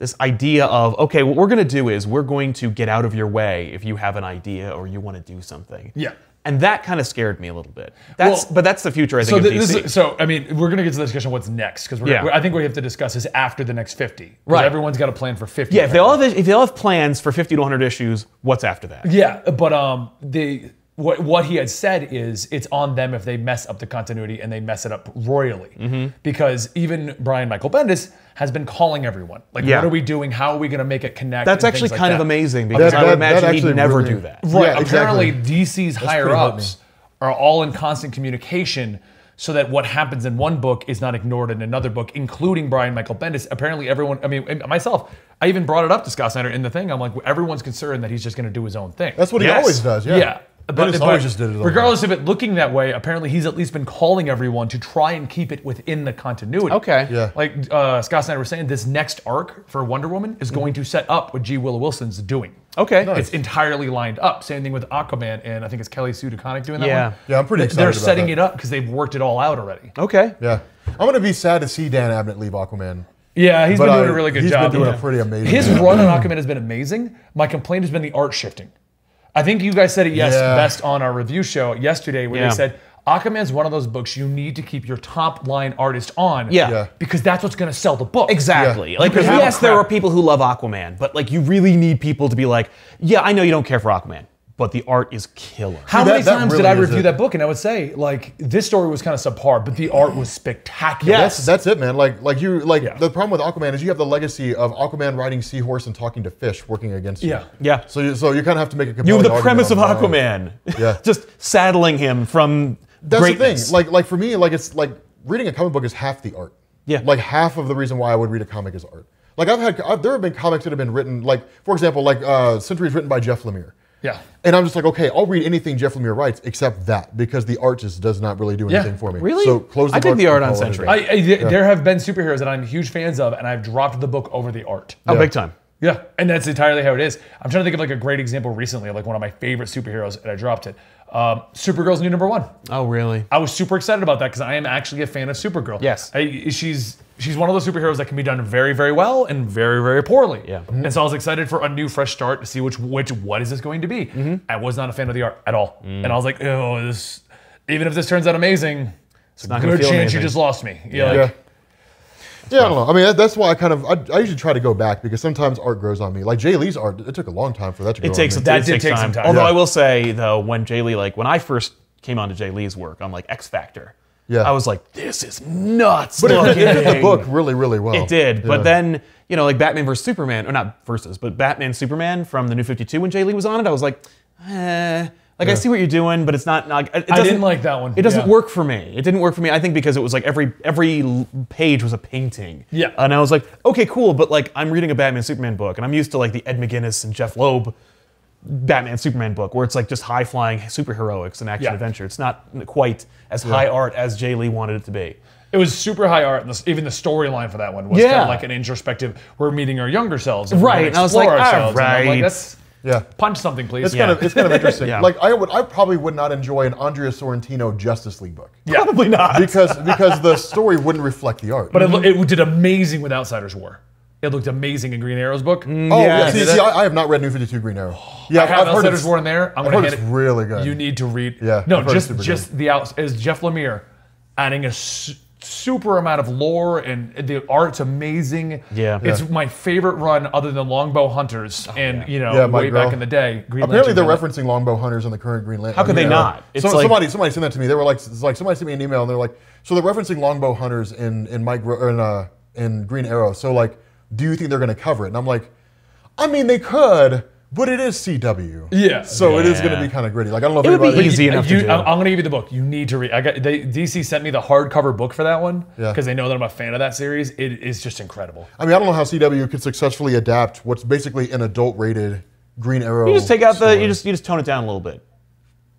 Speaker 2: this idea of okay, what we're going to do is we're going to get out of your way if you have an idea or you want to do something.
Speaker 1: Yeah.
Speaker 2: And that kind of scared me a little bit. That's
Speaker 1: Well,
Speaker 2: but that's the future I think
Speaker 1: So,
Speaker 2: of
Speaker 1: th-
Speaker 2: DC.
Speaker 1: this is, so I mean, we're gonna get to the discussion of what's next because we're,
Speaker 2: Yeah.
Speaker 1: we're- I think we have to discuss this after the next fifty. 'Cause
Speaker 2: Right.
Speaker 1: Everyone's got a plan for fifty.
Speaker 2: yeah, if they all have, if they all have plans for 50 to 100 issues, what's after that?
Speaker 1: Yeah, but um, the what what he had said is it's on them if they mess up the continuity and they mess it up royally.
Speaker 2: Mm-hmm.
Speaker 1: Because even Brian Michael Bendis has been calling everyone like,
Speaker 2: Yeah.
Speaker 1: what are we doing? How are we gonna make it connect?
Speaker 2: That's
Speaker 1: and
Speaker 2: actually
Speaker 1: things like
Speaker 2: kind
Speaker 1: that.
Speaker 2: of amazing because
Speaker 3: That-
Speaker 2: I would
Speaker 3: that- that
Speaker 2: imagine
Speaker 3: actually
Speaker 2: he'd never
Speaker 3: really-
Speaker 2: do that.
Speaker 1: Right.
Speaker 3: Yeah,
Speaker 1: apparently,
Speaker 3: exactly.
Speaker 1: DC's higher
Speaker 3: pretty heartening.
Speaker 1: ups are all in constant communication so that what happens in one book is not ignored in another book, including Brian Michael Bendis. Apparently, everyone, I mean, and myself, I even brought it up to Scott Snyder in the thing. I'm like, everyone's concerned that he's just going to do his own thing.
Speaker 3: That's what
Speaker 2: Yes.
Speaker 3: he always does, yeah.
Speaker 1: yeah.
Speaker 3: But, always just did it. all.
Speaker 1: regardless of it looking that way, apparently he's at least been calling everyone to try and keep it within the continuity.
Speaker 2: Okay.
Speaker 3: Yeah.
Speaker 1: Like uh, Scott Snyder was saying, this next arc for Wonder Woman is
Speaker 3: Mm-hmm.
Speaker 1: going to set up what G. Willow Wilson's doing.
Speaker 3: Oh,
Speaker 2: Okay.
Speaker 1: It's entirely lined up. Same thing with Aquaman, and I think it's Kelly Sue DeConnick doing that
Speaker 2: Yeah.
Speaker 1: one.
Speaker 3: Yeah, I'm pretty
Speaker 1: They-
Speaker 3: excited
Speaker 1: They're
Speaker 3: about
Speaker 1: setting
Speaker 3: that.
Speaker 1: it up because they've worked it all out already.
Speaker 2: Okay.
Speaker 3: Yeah. I'm gonna be sad to see Dan Abnett leave Aquaman.
Speaker 1: Yeah, he's
Speaker 3: But
Speaker 1: been doing
Speaker 3: I-
Speaker 1: a really good
Speaker 3: he's been
Speaker 1: job.
Speaker 3: doing a
Speaker 1: Yeah.
Speaker 3: pretty amazing
Speaker 1: His
Speaker 3: job.
Speaker 1: run on Aquaman has been amazing. My complaint has been the art shifting. I think you guys said it yes
Speaker 3: Yeah.
Speaker 1: best on our review show yesterday, where
Speaker 2: Yeah.
Speaker 1: they said Aquaman's one of those books you need to keep your top line artist on.
Speaker 2: Yeah.
Speaker 3: Yeah.
Speaker 1: Because that's what's going to sell the book.
Speaker 2: Exactly. Like,
Speaker 1: Because we
Speaker 2: yes,
Speaker 1: have
Speaker 2: there
Speaker 1: crap.
Speaker 2: are people who love Aquaman, but like, you really need people to be like, yeah, I know you don't care for Aquaman, but the art is killer.
Speaker 1: How
Speaker 3: that-
Speaker 1: many
Speaker 3: that
Speaker 1: times did
Speaker 3: really
Speaker 1: I
Speaker 3: is
Speaker 1: review
Speaker 3: it.
Speaker 1: that book and I would say, like, this story was kind of subpar, but the art was spectacular.
Speaker 2: Yes.
Speaker 3: That's that's it, man. Like like you like
Speaker 1: Yeah.
Speaker 3: the problem with Aquaman is you have the legacy of Aquaman riding seahorse and talking to fish working against you.
Speaker 1: Yeah.
Speaker 2: Yeah.
Speaker 3: So you so you kind of have to make a
Speaker 2: You
Speaker 3: compelling
Speaker 2: have the
Speaker 3: argument
Speaker 2: premise of
Speaker 3: on why.
Speaker 2: Aquaman.
Speaker 3: Yeah.
Speaker 2: Just saddling him from
Speaker 3: That's
Speaker 2: greatness.
Speaker 3: the thing. Like like for me, like it's like reading a comic book is half the art.
Speaker 2: Yeah.
Speaker 3: Like half of the reason why I would read a comic is art. Like I've had I've, there have been comics that have been written like for example like uh, Century is written by Jeff Lemire.
Speaker 1: Yeah.
Speaker 3: And I'm just like, okay, I'll read anything Jeff Lemire writes except that because the art just does not really do
Speaker 1: Yeah.
Speaker 3: anything for me.
Speaker 2: Really?
Speaker 3: So close the
Speaker 2: I dig
Speaker 3: book
Speaker 2: the art
Speaker 3: and
Speaker 2: on
Speaker 3: call it a
Speaker 2: Century.
Speaker 3: day.
Speaker 1: I, I- th- There have been superheroes that I'm huge fans of, and I've dropped the book over the art.
Speaker 2: oh,
Speaker 3: Yeah.
Speaker 2: big time.
Speaker 1: Yeah, and that's entirely how it is. I'm trying to think of like a great example recently, of like one of my favorite superheroes, and I dropped it. Um, Supergirl's new number one.
Speaker 2: Oh, really?
Speaker 1: I was super excited about that because I am actually a fan of Supergirl.
Speaker 2: Yes.
Speaker 1: I, she's she's one of those superheroes that can be done very very well and very very poorly.
Speaker 2: Yeah.
Speaker 1: and so I was excited for a new fresh start to see which which what is this going to be.
Speaker 2: Mm-hmm.
Speaker 1: I was not a fan of the art at all,
Speaker 2: Mm.
Speaker 1: and I was like, oh, this even if this turns out amazing, it's, a
Speaker 2: not gonna
Speaker 1: good
Speaker 2: feel
Speaker 1: chance
Speaker 2: amazing.
Speaker 1: you just lost me. Yeah,
Speaker 2: Yeah.
Speaker 1: like,
Speaker 3: Yeah. Yeah, I don't know. I mean, that, that's why I kind of I, I usually try to go back because sometimes art grows on me. Like Jay Lee's art, it took a long time for that to grow.
Speaker 2: It takes
Speaker 3: on me.
Speaker 1: That
Speaker 2: it
Speaker 1: did
Speaker 2: takes
Speaker 1: take some
Speaker 2: time.
Speaker 1: time.
Speaker 2: Although
Speaker 1: Yeah.
Speaker 2: I will say though, when Jay Lee, like when I first came onto Jay Lee's work on like X Factor,
Speaker 3: Yeah.
Speaker 2: I was like, this is nuts.
Speaker 3: But it, it did the
Speaker 2: looking.
Speaker 3: book really, really well.
Speaker 2: It did,
Speaker 3: Yeah.
Speaker 2: but then you know, like Batman versus Superman, or not versus, but Batman Superman from the New Fifty Two. When Jay Lee was on it, I was like, eh, like I see what you're doing, but it's not. not it
Speaker 1: I
Speaker 2: doesn't-
Speaker 1: didn't like that one.
Speaker 2: It doesn't
Speaker 1: Yeah.
Speaker 2: work for me. It didn't work for me. I think because it was like every every l- page was a painting.
Speaker 1: Yeah.
Speaker 2: And I was like, okay, cool, but like I'm reading a Batman Superman book, and I'm used to like the Ed McGuinness and Jeff Loeb Batman Superman book, where it's like just high flying superheroics and action
Speaker 1: Yeah.
Speaker 2: adventure. It's not quite as high art as Jay Lee wanted it to be.
Speaker 1: It was super high art, and the, even the storyline for that one was kind
Speaker 2: Yeah.
Speaker 1: of like an introspective. We're meeting our younger selves, and
Speaker 2: Right,
Speaker 1: We're
Speaker 2: and
Speaker 1: gonna
Speaker 2: I was like,
Speaker 1: explore ourselves.
Speaker 2: all
Speaker 1: And I'm
Speaker 2: right.
Speaker 1: like, that's
Speaker 3: Yeah.
Speaker 1: punch something, please.
Speaker 3: It's kind of it's kind of interesting.
Speaker 2: Yeah.
Speaker 3: Like I would I probably would not enjoy an Andrea Sorrentino Justice League book.
Speaker 1: Yeah.
Speaker 2: Probably not.
Speaker 3: Because because the story wouldn't reflect the art.
Speaker 1: but it, lo- it did amazing with Outsiders War. It looked amazing in Green Arrow's book.
Speaker 3: oh
Speaker 2: Mm, Yeah,
Speaker 3: yeah,
Speaker 2: I
Speaker 3: see,
Speaker 2: see
Speaker 3: see,
Speaker 2: that.
Speaker 3: I, I have not read New Fifty Two Green Arrow. Yeah,
Speaker 1: I have
Speaker 3: I've heard
Speaker 1: Outsiders
Speaker 3: it's,
Speaker 1: War in there. I'm
Speaker 3: I've
Speaker 1: gonna
Speaker 3: heard
Speaker 1: hand
Speaker 3: it's
Speaker 1: it.
Speaker 3: really good.
Speaker 1: You need to read.
Speaker 3: Yeah,
Speaker 1: No,
Speaker 3: I've heard it's
Speaker 1: just
Speaker 3: super
Speaker 1: just the out is Jeff Lemire adding a su- super amount of lore and the art's amazing.
Speaker 2: Yeah. Oh,
Speaker 1: It's
Speaker 2: Yeah.
Speaker 1: my favorite run other than Longbow Hunters and you know
Speaker 3: Yeah, my
Speaker 1: way
Speaker 3: girl.
Speaker 1: back in the day. Green
Speaker 3: Apparently,
Speaker 1: Lantern
Speaker 3: they're
Speaker 1: Village.
Speaker 3: referencing longbow hunters in the current Green Lantern. How
Speaker 2: could they not? It's
Speaker 3: so,
Speaker 2: like-
Speaker 3: somebody, somebody sent that to me. They were like, it's like somebody sent me an email, and they're like, so they're referencing longbow hunters in in Mike Ro- or in, uh, in Green Arrow. So like, do you think they're going to cover it? And I'm like, I mean, they could, but it is CW.
Speaker 1: Yeah.
Speaker 3: So it is going to
Speaker 2: Yeah.
Speaker 3: be kind of gritty. Like I don't know if
Speaker 2: It would be
Speaker 3: anybody.
Speaker 2: easy.
Speaker 1: You-
Speaker 2: enough to
Speaker 1: you-
Speaker 2: do.
Speaker 1: I'm, I'm gonna give you the book. You need to read. I got they, DC sent me the hardcover book for that one
Speaker 3: Yeah.
Speaker 1: because they know that I'm a fan of that series. It is just incredible.
Speaker 3: I mean, I don't know how CW could successfully adapt what's basically an adult-rated Green Arrow.
Speaker 2: You just take out the
Speaker 3: story.
Speaker 2: you just you just tone it down a little bit.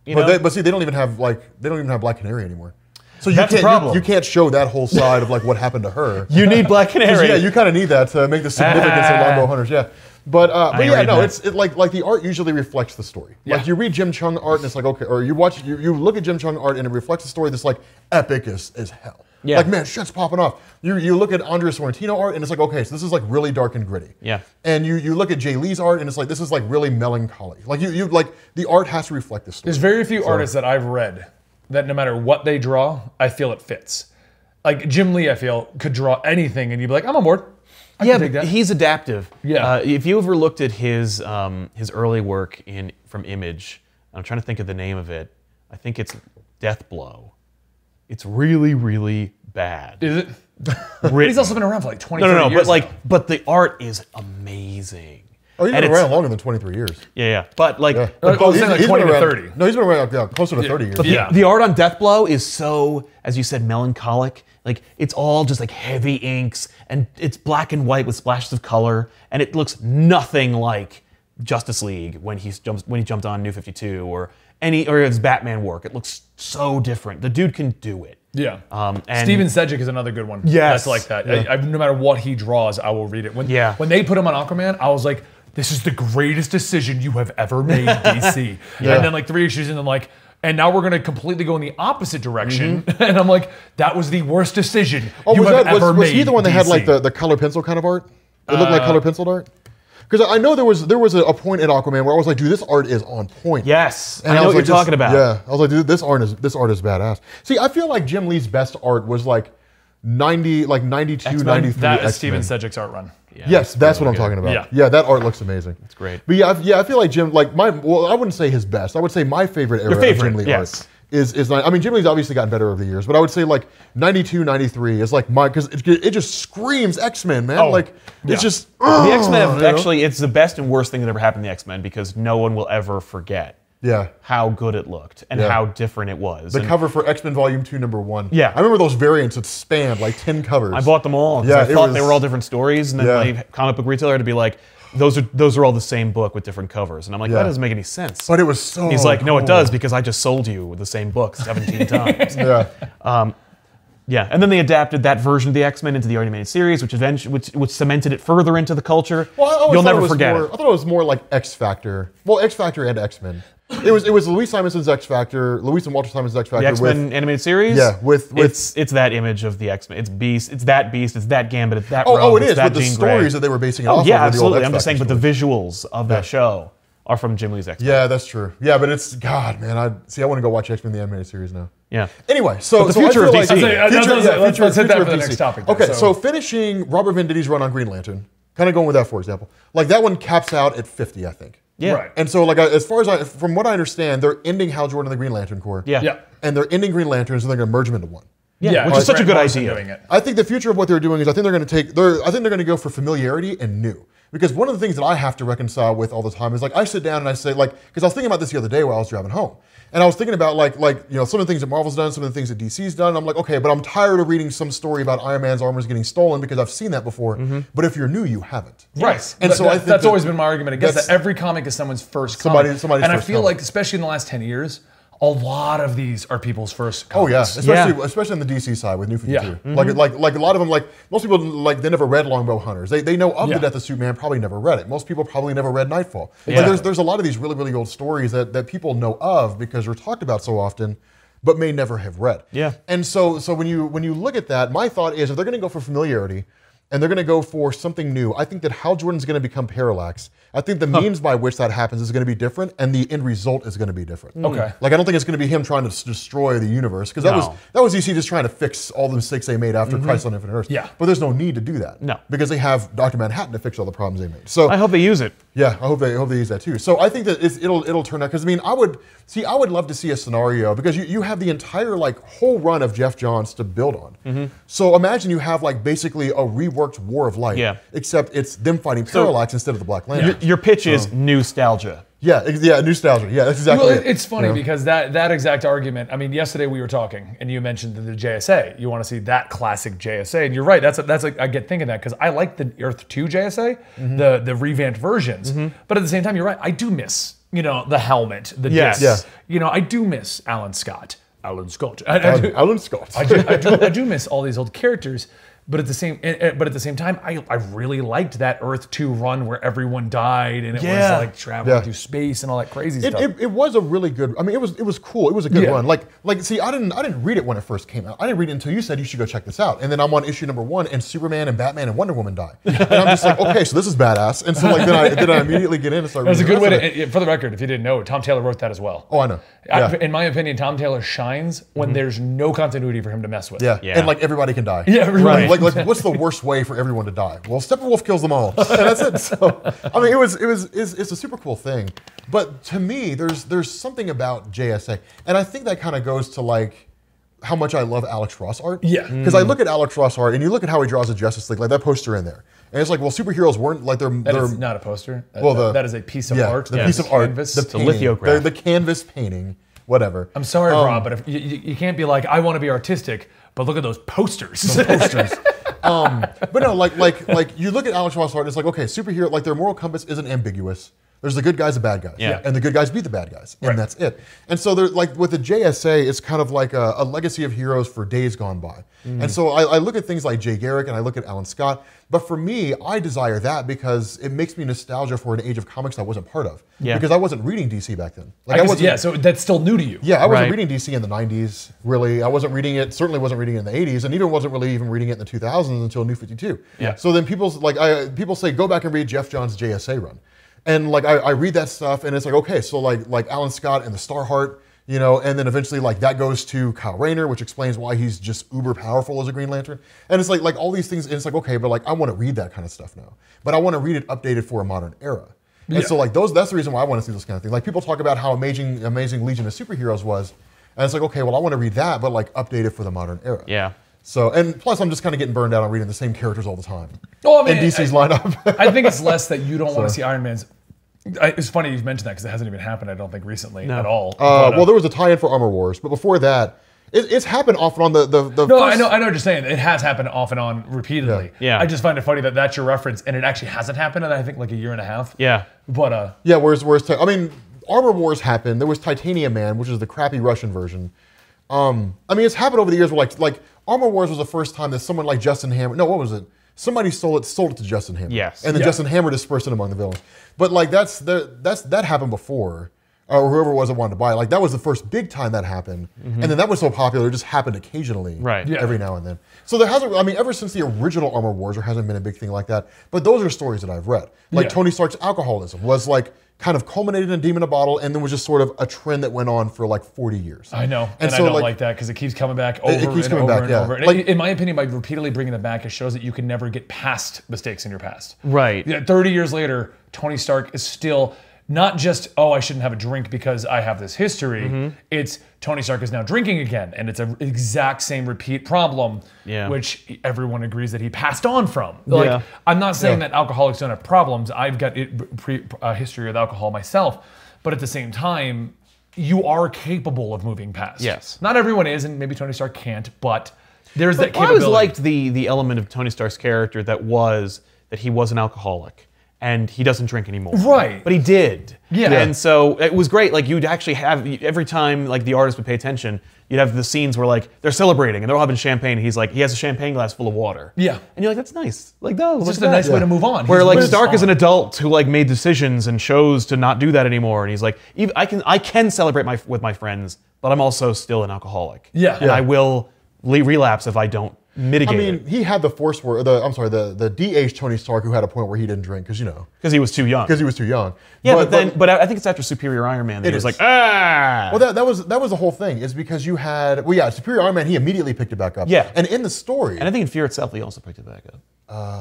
Speaker 2: You
Speaker 3: But,
Speaker 2: know?
Speaker 3: they, but see, they don't even have like they don't even have Black Canary anymore. So you
Speaker 2: That's
Speaker 3: can't
Speaker 2: a problem.
Speaker 3: You, you can't show that whole side of like what happened to her.
Speaker 2: you need Black Canary.
Speaker 3: Yeah, you kind of need that to make the significance of
Speaker 2: Ah.
Speaker 3: Longbow Hunters. Yeah, but uh, but
Speaker 2: ain't
Speaker 3: yeah,
Speaker 2: read
Speaker 3: no,
Speaker 2: that.
Speaker 3: it's it, like like the art usually reflects the story.
Speaker 1: Yeah.
Speaker 3: Like you read Jim Chung art and it's like okay, or you watch you, you look at Jim Chung art and it reflects a story that's like epic as, as hell.
Speaker 2: Yeah.
Speaker 3: Like man, shit's popping off. You you look at Andrea Sorrentino art and it's like okay, so this is like really dark and gritty.
Speaker 2: Yeah.
Speaker 3: And you you look at Jay Lee's art and it's like this is like really melancholy. Like you you like the art has to reflect the story.
Speaker 1: There's very few artists that I've read that no matter what they draw, I feel it fits. Like Jim Lee, I feel could draw anything, and you'd be like, I'm on board. I
Speaker 2: yeah,
Speaker 1: can dig
Speaker 2: but
Speaker 1: that.
Speaker 2: he's adaptive.
Speaker 1: Yeah.
Speaker 2: Uh, if you ever looked at his um, his early work in from Image, I'm trying to think of the name of it. I think it's Death Blow. It's really really bad.
Speaker 1: is it?
Speaker 2: Written.
Speaker 1: He's also been around for like 20,
Speaker 2: no, no, no.
Speaker 1: 30 years
Speaker 2: But like,
Speaker 1: now.
Speaker 2: but the art is amazing.
Speaker 3: Oh, you've
Speaker 2: And
Speaker 3: been
Speaker 2: it's-
Speaker 3: around longer than 23 years.
Speaker 2: Yeah, yeah. But like,
Speaker 1: I was
Speaker 3: he's-
Speaker 1: saying, like,
Speaker 3: he's been
Speaker 1: 20 to
Speaker 3: around-
Speaker 1: 30.
Speaker 3: No, he's been around yeah, closer to 30 years.
Speaker 2: But the,
Speaker 1: Yeah.
Speaker 2: the art on Death Blow is so, as you said, melancholic. Like it's all just like heavy inks, and it's black and white with splashes of color, and it looks nothing like Justice League when he jumps when he jumped on New Fifty Two or any or his Batman work. It looks so different. The dude can do it.
Speaker 1: yeah.
Speaker 2: Um, and
Speaker 1: Steven Sedgwick is another good one.
Speaker 2: Yes.
Speaker 1: That's like that. I, I, no matter what he draws, I will read it. When,
Speaker 2: Yeah.
Speaker 1: when they put him on Aquaman, I was like, this is the greatest decision you have ever made, DC. And then like three issues and then like, and now we're going to completely go in the opposite direction. and I'm like, that was the worst decision
Speaker 3: Mm-hmm. Oh,
Speaker 1: you
Speaker 3: was,
Speaker 1: have
Speaker 3: that, was,
Speaker 1: ever
Speaker 3: was
Speaker 1: made. Uh,
Speaker 3: he the one that had like
Speaker 1: DC."
Speaker 3: the, the color pencil kind of art? It looked like color pencil art? Because I know there was there was a, a point in Aquaman where I was like, dude, this art is on point.
Speaker 2: Yes,
Speaker 3: And
Speaker 2: I know
Speaker 3: was
Speaker 2: what you're
Speaker 3: like, this-
Speaker 2: talking about.
Speaker 3: Yeah, I was like, dude, this art is this art is badass. See, I feel like Jim Lee's best art was like 90, like 92,
Speaker 1: X-Men?
Speaker 3: 93
Speaker 1: That is
Speaker 3: X-Men.
Speaker 1: Steven Sedgwick's art run.
Speaker 3: Yes, that's what I'm
Speaker 2: good.
Speaker 3: talking about.
Speaker 1: Yeah.
Speaker 3: Yeah. that art looks amazing. It's
Speaker 2: great.
Speaker 3: But yeah, I, yeah, I feel like Jim, like my, well, I wouldn't say his best. I would say my favorite era of
Speaker 2: favorite,
Speaker 3: Jim Lee
Speaker 2: yes.
Speaker 3: art is is not, I mean, Jim Lee's obviously gotten better over the years, but I would say like 92, 93 is like my because it, it just screams X Men, man.
Speaker 2: Oh,
Speaker 3: like it's just oh,
Speaker 2: The X Men
Speaker 3: you
Speaker 2: have
Speaker 3: know?
Speaker 2: actually, it's the best and worst thing that ever happened to the X Men because no one will ever forget
Speaker 3: yeah.
Speaker 2: how good it looked and
Speaker 3: Yeah.
Speaker 2: how different it was.
Speaker 3: The
Speaker 2: And
Speaker 3: cover for X Men Volume Two, Number One.
Speaker 2: Yeah.
Speaker 3: I remember those variants that spanned like ten covers.
Speaker 2: I bought them all. 'cause
Speaker 3: Yeah,
Speaker 2: I
Speaker 3: it
Speaker 2: thought they
Speaker 3: was-
Speaker 2: were all different stories, and then
Speaker 3: Yeah.
Speaker 2: my comic book retailer had to be like, "Those are those are all the same book with different covers," and I'm like,
Speaker 3: Yeah.
Speaker 2: "That doesn't make any sense."
Speaker 3: but oh, it was so.
Speaker 2: He's like, "No, it
Speaker 3: cool."
Speaker 2: does because I just sold you the same book 17 times."
Speaker 3: Yeah,
Speaker 2: Yeah, and then they adapted that version of the X Men into the animated series, which eventually which, which cemented it further into the culture.
Speaker 3: Well, I always
Speaker 2: You'll
Speaker 3: thought
Speaker 2: never
Speaker 3: it was
Speaker 2: forget
Speaker 3: more-
Speaker 2: it.
Speaker 3: I thought it was more like X Factor. Well, X Factor and X Men. It was it was Louise Simonson's X Factor, Louise and Walter Simon's X
Speaker 2: The
Speaker 3: Factor
Speaker 2: X Men
Speaker 3: with.
Speaker 2: animated series.
Speaker 3: Yeah, with- with-
Speaker 2: it's it's that image of the X Men. It's Beast. It's that Beast. It's that Gambit. It's that.
Speaker 3: Oh,
Speaker 2: Rogue,
Speaker 3: oh, it
Speaker 2: it's
Speaker 3: is.
Speaker 2: That
Speaker 3: But the
Speaker 2: Jean
Speaker 3: stories
Speaker 2: Grey.
Speaker 3: that they were basing it
Speaker 2: Oh
Speaker 3: off
Speaker 2: yeah,
Speaker 3: of were the old
Speaker 2: absolutely. I'm
Speaker 3: X-Factor
Speaker 2: just saying, but the
Speaker 3: stories.
Speaker 2: visuals of that show are from Jim Lee's X Men.
Speaker 3: Yeah, that's true. Yeah, but it's God, man. I see. I want to go watch X Men the animated series now.
Speaker 2: yeah.
Speaker 3: Anyway, so
Speaker 2: the
Speaker 3: so I
Speaker 2: future of
Speaker 3: feel
Speaker 2: DC.
Speaker 3: Like,
Speaker 1: That's- that's-
Speaker 3: yeah,
Speaker 1: let's- let's hit that for
Speaker 3: future
Speaker 1: the
Speaker 3: of
Speaker 1: next
Speaker 3: DC.
Speaker 1: topic then,
Speaker 3: okay,
Speaker 1: so-
Speaker 3: so. finishing Robert Venditti run on Green Lantern, kind of going with that for example. Like that one caps out at 50, I think.
Speaker 2: Yeah.
Speaker 1: Right.
Speaker 3: And so, like, I, as far as I, from what I understand, they're ending Hal Jordan and the Green Lantern Corps.
Speaker 2: Yeah.
Speaker 1: Yeah.
Speaker 3: And they're ending Green Lanterns, and they're going to merge them into one.
Speaker 2: Yeah, which
Speaker 1: it's
Speaker 2: is such a
Speaker 1: Grant
Speaker 2: good
Speaker 1: Morrison
Speaker 2: idea.
Speaker 1: Doing it.
Speaker 3: I think the future of what they're doing is I think they're going to take they're I think they're going to go for familiarity and new because one of the things that I have to reconcile with all the time is like I sit down and I say like because I was thinking about this the other day while I was driving home and I was thinking about like like you know some of the things that Marvel's done some of the things that DC's done I'm like okay but I'm tired of reading some story about Iron Man's armor's getting stolen because I've seen that before but if you're new you haven't
Speaker 1: Right.
Speaker 3: and so I think
Speaker 1: that's
Speaker 3: that-
Speaker 1: always been my argument against that.
Speaker 3: that's-
Speaker 1: Every comic is someone's first comic.
Speaker 3: Somebody- somebody's
Speaker 1: and I
Speaker 3: first
Speaker 1: feel
Speaker 3: comic.
Speaker 1: like, especially in the last 10 years, a lot of these are people's first
Speaker 3: Oh
Speaker 1: comics.
Speaker 3: yeah, especially
Speaker 2: Yeah.
Speaker 3: especially on the DC side with New Fifty Two.
Speaker 1: Yeah. Mm-hmm.
Speaker 3: Like like like a lot of them like most people like they never read Longbow Hunters. They, they know of
Speaker 1: Yeah.
Speaker 3: the Death of Superman, probably never read it. Most people probably never read Nightfall. Like, there's there's a lot of these really really old stories that, that people know of because they're talked about so often, but may never have read.
Speaker 2: Yeah.
Speaker 3: And so so when you when you look at that, my thought is if they're going to go for familiarity. And they're going to go for something new. I think that Hal Jordan's going to become parallax. I think the means by which that happens is going to be different, and the end result is going to be different.
Speaker 1: Okay.
Speaker 3: Like I don't think it's going to be him trying to s- destroy the universe because that
Speaker 2: No.
Speaker 3: was that was DC just trying to fix all the mistakes they made after Christ on Infinite Earth.
Speaker 1: Mm-hmm. Yeah.
Speaker 3: But there's no need to do that.
Speaker 2: No.
Speaker 3: Because they have Doctor Manhattan to fix all the problems they made. So
Speaker 2: I hope they use it.
Speaker 3: yeah, I hope they I hope they use that too. So I think that it's, it'll it'll turn out because I mean I would see I would love to see a scenario because you, you have the entire like whole run of Jeff Johns to build on.
Speaker 1: Mm-hmm.
Speaker 3: So imagine you have like basically a reworked War of Light.
Speaker 2: Yeah.
Speaker 3: Except it's them fighting Parallax instead of the Black
Speaker 2: Your,
Speaker 3: Lantern.
Speaker 2: your pitch is nostalgia.
Speaker 3: Yeah. ex- Yeah. Nostalgia. Yeah. That's exactly.
Speaker 1: Well,
Speaker 3: it.
Speaker 1: it- it's funny
Speaker 3: You know?
Speaker 1: because that that exact argument. I mean, yesterday we were talking, and you mentioned the, the JSA. You want to see that classic JSA, and you're right. That's a, that's a, I get thinking that because I like the Earth Two JSA,
Speaker 3: Mm-hmm.
Speaker 1: the the revamped versions. But at the same time, you're right. I do miss you know the helmet, the
Speaker 2: Yes.
Speaker 1: discs.
Speaker 3: Yeah.
Speaker 1: You know, I do miss Alan Scott. Alan Scott. I, I do,
Speaker 3: Alan Scott.
Speaker 1: I do, I, do, I do miss all these old characters, but at the same and- and- but at the same time, I, I really liked that Earth Two run where everyone died and it
Speaker 2: Yeah.
Speaker 1: was like traveling
Speaker 3: Yeah.
Speaker 1: through space and all that crazy
Speaker 3: It,
Speaker 1: stuff.
Speaker 3: it, it was a really good. I mean, it was it was cool. It was a good
Speaker 1: Yeah.
Speaker 3: run. Like like see, I didn't I didn't read it when it first came out. I didn't read it until you said you should go check this out. And then I'm on issue number one, and Superman and Batman and Wonder Woman die. and I'm just like, okay, so this is badass. And so like then I then I immediately get in and start.
Speaker 1: That's a
Speaker 3: reading
Speaker 1: good way
Speaker 3: the rest of it.
Speaker 1: to, eh, for the record, if you didn't know, Tom Taylor wrote that as well.
Speaker 3: Oh, I know.
Speaker 1: I-
Speaker 3: Yeah. Mm-hmm.
Speaker 1: in my opinion, Tom Taylor shines when there's no continuity for him to mess with.
Speaker 3: yeah.
Speaker 2: Yeah.
Speaker 3: and like everybody can die.
Speaker 1: Yeah, everybody.
Speaker 3: Like, like, like, what's the worst way for everyone to die? Well, Steppenwolf kills them all, and that's it. So, I mean, it was, it was, it's, it's a super cool thing. But to me, there's, there's something about JSA, and I think that kind of goes to like how much I love Alex Ross art.
Speaker 1: Yeah.
Speaker 3: Because I look at Alex Ross art, and you look at how he draws the Justice League, like that poster in there, and it's like, well, superheroes weren't like they're,
Speaker 1: That
Speaker 3: they're
Speaker 1: is not a poster. That-
Speaker 3: Well,
Speaker 1: that-
Speaker 3: the-
Speaker 1: that is a piece of
Speaker 3: yeah,
Speaker 1: art.
Speaker 3: the
Speaker 1: that
Speaker 3: piece
Speaker 1: is
Speaker 3: of art,
Speaker 1: canvas.
Speaker 3: the painting,
Speaker 2: lithograph.
Speaker 3: the- the canvas painting, whatever.
Speaker 1: I'm sorry,
Speaker 3: Um,
Speaker 1: Rob, but if you, you, you can't be like, I want to be artistic, but look at those posters.
Speaker 3: posters. um, but no, like like like you look at Alex Ross art, it's like okay, superhero. Like their moral compass isn't ambiguous. There's the good guys, the bad guys,
Speaker 2: Yeah.
Speaker 3: and the good guys beat the bad guys, and
Speaker 1: Right.
Speaker 3: that's it. And so, they're, like with the JSA, it's kind of like a, a legacy of heroes for days gone by.
Speaker 1: Mm.
Speaker 3: And so, I, I look at things like Jay Garrick and I look at Alan Scott, but for me, I desire that because it makes me nostalgia for an age of comics I wasn't part of.
Speaker 2: Yeah.
Speaker 3: Because I wasn't reading DC back then. Like
Speaker 1: I guess,
Speaker 3: wasn't.
Speaker 1: yeah, so that's still new to you.
Speaker 3: Yeah, I wasn't
Speaker 2: Right.
Speaker 3: reading DC in the 90s, really. I wasn't reading it, certainly wasn't reading it in the 80s, and even wasn't really even reading it in the 2000s until New 52.
Speaker 2: Yeah.
Speaker 3: So then people's like, I, people say, go back and read Jeff Johns' JSA run. And like, I, I read that stuff, and it's like, okay, so like, like Alan Scott and the Starheart, you know, and then eventually like that goes to Kyle Rayner, which explains why he's just uber powerful as a Green Lantern. And it's like, like all these things, and it's like, okay, but like, I want to read that kind of stuff now. But I want to read it updated for a modern era. And so like those that's the reason why I want to see those kind of things. Like people talk about how amazing amazing Legion of Superheroes was. And it's like, okay, well I want to read that, but like update it for the modern era.
Speaker 2: Yeah.
Speaker 3: So and plus I'm just kind of getting burned out on reading the same characters all the time.
Speaker 1: Oh, I mean,
Speaker 3: in DC's lineup.
Speaker 1: I think it's less that you don't want to see Iron Man's. I, it's funny you've mentioned that because it hasn't even happened, I don't think, recently at all.
Speaker 3: uh,
Speaker 1: But,
Speaker 3: well there was a tie-in for Armor Wars, but before that, it, it's happened off and on the the, the
Speaker 1: No, I
Speaker 3: first,
Speaker 1: know, I know what you're saying. It has happened off and on repeatedly.
Speaker 2: Yeah. Yeah.
Speaker 1: I just find it funny that that's your reference, and it actually hasn't happened in, I think, like a year and a half.
Speaker 2: Yeah.
Speaker 1: But, uh,
Speaker 3: Yeah, where's where's Ti- I mean, Armor Wars happened. There was Titanium Man, which is the crappy Russian version. Um, I mean, it's happened over the years. Where like like Armor Wars was the first time that someone like Justin Hammer. No, what was it? Somebody sold it sold it to Justin Hammer.
Speaker 2: Yes.
Speaker 3: And then
Speaker 1: Yeah.
Speaker 3: Justin Hammer dispersed it among the villains. But like that's the that's that happened before. Or whoever it was that wanted to buy it. Like that was the first big time that happened. And then that was so popular, it just happened occasionally.
Speaker 2: Right. Yeah.
Speaker 3: Every now and then. So there hasn't I mean, ever since the original Armor Wars, there hasn't been a big thing like that. But those are stories that I've read. Like
Speaker 1: Yeah.
Speaker 3: Tony Tony Stark's alcoholism was like kind of culminated in Demon in a Bottle and then was just sort of a trend that went on for like 40 years.
Speaker 1: I know, and, I
Speaker 3: so,
Speaker 1: don't like, that because it keeps coming back over
Speaker 3: it keeps
Speaker 1: and
Speaker 3: coming
Speaker 1: over
Speaker 3: back,
Speaker 1: and
Speaker 3: yeah.
Speaker 1: over. And
Speaker 3: Like-
Speaker 1: it- in my opinion, by repeatedly bringing it back, it shows that you can never get past mistakes in your past.
Speaker 2: Right.
Speaker 1: Yeah, 30 years later, Tony Stark is still not just oh I shouldn't have a drink because I have this history.
Speaker 3: Mm-hmm.
Speaker 1: It's Tony Stark is now drinking again, and it's an exact same repeat problem,
Speaker 2: Yeah.
Speaker 1: which everyone agrees that he passed on from. Like
Speaker 2: Yeah.
Speaker 1: I'm not saying
Speaker 3: Yeah.
Speaker 1: that alcoholics don't have problems. I've got it, pre, a history of alcohol myself, but at the same time, you are capable of moving past.
Speaker 2: Yes.
Speaker 1: Not everyone is, and maybe Tony Stark can't, but there's that
Speaker 2: I
Speaker 1: capability.
Speaker 2: always liked the the element of Tony Stark's character that was that he was an alcoholic and he doesn't drink anymore.
Speaker 1: Right.
Speaker 2: But he did.
Speaker 1: Yeah.
Speaker 2: And so it was great. Like you'd actually have every time like the artist would pay attention, you'd have the scenes where like they're celebrating and they're all having champagne. And he's like he has a champagne glass full of water.
Speaker 1: Yeah.
Speaker 2: And you're like that's nice. Like no, it's
Speaker 1: just a nice way to move on.
Speaker 2: Where
Speaker 1: He's
Speaker 2: like
Speaker 1: moved
Speaker 2: Stark is an
Speaker 1: on.
Speaker 2: adult who like made decisions and chose to not do that anymore. And he's like "Ev- I can I can celebrate my with my friends, but I'm also still an alcoholic.
Speaker 1: Yeah.
Speaker 2: And I
Speaker 1: Yeah.
Speaker 2: will le- relapse if I don't
Speaker 3: I
Speaker 2: mitigate it
Speaker 3: mean, he had the force word, the, I'm sorry, the, the DH Tony Stark who had a point where he didn't drink because, you know,
Speaker 2: because he was too young.
Speaker 3: because he was too young.
Speaker 2: yeah, but, then, but, I I think it's after Superior Iron Man that he
Speaker 3: It
Speaker 2: was
Speaker 3: is.
Speaker 2: like, ah.
Speaker 3: Well, that, that was that was the whole thing. Is because you had well, yeah, Superior Iron Man. He immediately picked it back up.
Speaker 2: Yeah.
Speaker 3: and in the story,
Speaker 2: and I think in Fear itself, he also picked it back up.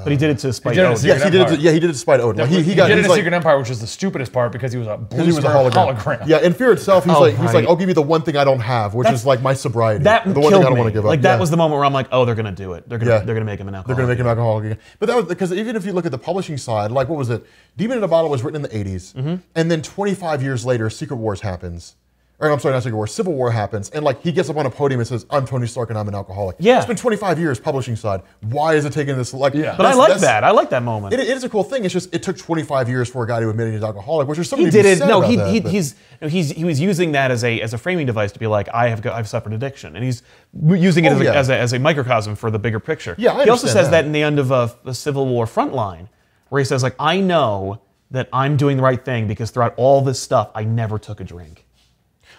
Speaker 2: but he did it to spite.
Speaker 1: did it to
Speaker 2: Owen.
Speaker 1: Secret
Speaker 3: yes, he did. It,
Speaker 1: Empire.
Speaker 3: Uh, yeah, he did it despite Odin. Like, he, he got
Speaker 1: did it
Speaker 3: he's
Speaker 1: in
Speaker 3: like,
Speaker 1: Secret Empire, which is the stupidest part because he was a blue
Speaker 3: he was a
Speaker 1: star
Speaker 3: hologram. Yeah, in Fear itself, he's
Speaker 2: Oh,
Speaker 3: like he's
Speaker 2: right.
Speaker 3: like, I'll give you the one thing I don't have, which
Speaker 2: That's-
Speaker 3: is like my sobriety.
Speaker 2: that
Speaker 3: the
Speaker 2: killed
Speaker 3: one thing I don't
Speaker 2: me.
Speaker 3: want to give up.
Speaker 2: Like that
Speaker 3: Yeah.
Speaker 2: was the moment where I'm like, oh, they're gonna do it. They're gonna
Speaker 3: Yeah.
Speaker 2: they're gonna make him an alcoholic.
Speaker 3: They're going to make him alcoholic again. But that was because even if you look at the publishing side, like what was it? Demon in a Bottle was written in the 80s.
Speaker 2: Mm-hmm.
Speaker 3: And then 25 years later, Secret Wars happens. Or I'm sorry, not Secret Wars, Civil War happens. And like he gets up on a podium and says, I'm Tony Stark and I'm an alcoholic.
Speaker 2: Yeah.
Speaker 3: It's been 25 years publishing side. Why is it taking this? Like,
Speaker 1: Yeah.
Speaker 2: but I
Speaker 3: that's-
Speaker 2: like
Speaker 3: that's-
Speaker 2: that. I like that moment.
Speaker 3: It, it is a cool thing. It's just it took 25 years for a guy to admit he's alcoholic, which is something
Speaker 2: he did it.
Speaker 3: Said
Speaker 2: No,
Speaker 3: about
Speaker 2: he,
Speaker 3: that,
Speaker 2: he
Speaker 3: but-
Speaker 2: he's no, he's he was using that as a as a framing device to be like, I have got, I've suffered addiction, and he's m- using it
Speaker 3: Oh,
Speaker 2: as, a,
Speaker 3: yeah.
Speaker 2: as, a, as a microcosm for the bigger picture.
Speaker 3: Yeah, I
Speaker 2: he also
Speaker 3: understand
Speaker 2: says that.
Speaker 3: that
Speaker 2: in the end of uh, the Civil War frontline, where he says like, I know that I'm doing the right thing because throughout all this stuff, I never took a drink.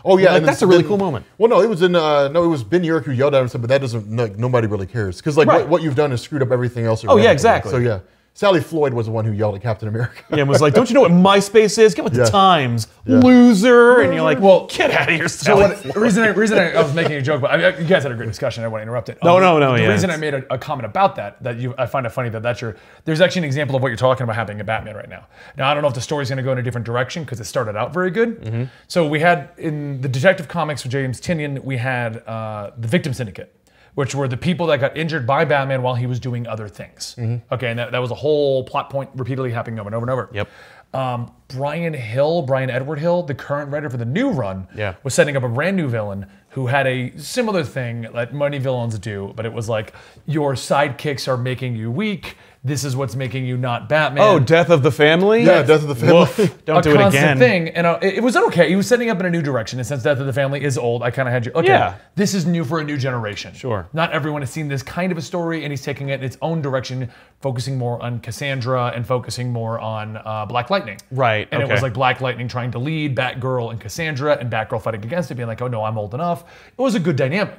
Speaker 3: Oh yeah,
Speaker 2: Like,
Speaker 3: and
Speaker 2: that's
Speaker 3: then-
Speaker 2: a really
Speaker 3: then-
Speaker 2: cool moment.
Speaker 3: Well, no, it was in uh, no, it was Ben Urich who yelled at him, and said, but that doesn't like nobody really cares because like
Speaker 2: Right.
Speaker 3: what, what you've done is screwed up everything else.
Speaker 2: yeah,
Speaker 3: around it.
Speaker 2: exactly.
Speaker 3: So yeah, Sally Floyd was the one who yelled at Captain America.
Speaker 2: Yeah, and was like, don't you know what MySpace is? Get with
Speaker 3: Yeah.
Speaker 2: the times,
Speaker 3: Yeah.
Speaker 2: loser. And you're like,
Speaker 1: Well-
Speaker 2: well, get out of here,
Speaker 1: So
Speaker 2: Sally.
Speaker 1: what, the reason I, reason I, I was making a joke, but I, I- you guys had a great discussion. I don't want to interrupt it.
Speaker 2: No,
Speaker 1: Um,
Speaker 2: no, no,
Speaker 1: The
Speaker 2: yeah,
Speaker 1: reason I
Speaker 2: it's-
Speaker 1: made a, a comment about that, that you, I find it funny that that's your. There's actually an example of what you're talking about happening in Batman right now. Now I don't know if the story's going to go in a different direction because it started out very good.
Speaker 2: Mm-hmm.
Speaker 1: So we had in the Detective Comics with James Tinian, we had uh, the Victim Syndicate. Which were the people that got injured by Batman while he was doing other things. Okay, and that, that was a whole plot point repeatedly happening over and over and over.
Speaker 2: Mm-hmm. Yep.
Speaker 1: Um, Brian Hill, Brian Edward Hill, the current writer for the new run,
Speaker 2: Yeah.
Speaker 1: was setting up a brand new villain who had a similar thing that many villains do, but it was like your sidekicks are making you weak. This is what's making you not Batman.
Speaker 2: Oh, Death of the Family?
Speaker 3: Yeah, Death of the Family.
Speaker 2: Woof. Don't
Speaker 1: a
Speaker 2: do it
Speaker 1: constant
Speaker 2: again.
Speaker 1: thing, and uh, it, it was okay. He was setting up in a new direction, and since Death of the Family is old, I kind of had you. Okay,
Speaker 2: Yeah.
Speaker 1: this is new for a new generation.
Speaker 2: Sure.
Speaker 1: not everyone has seen this kind of a story, and he's taking it in its own direction, focusing more on Cassandra and focusing more on uh, Black Lightning.
Speaker 2: Right,
Speaker 1: and it
Speaker 2: okay.
Speaker 1: was like Black Lightning trying to lead Batgirl and Cassandra, and Batgirl fighting against it, being like, "Oh no, I'm old enough." It was a good dynamic.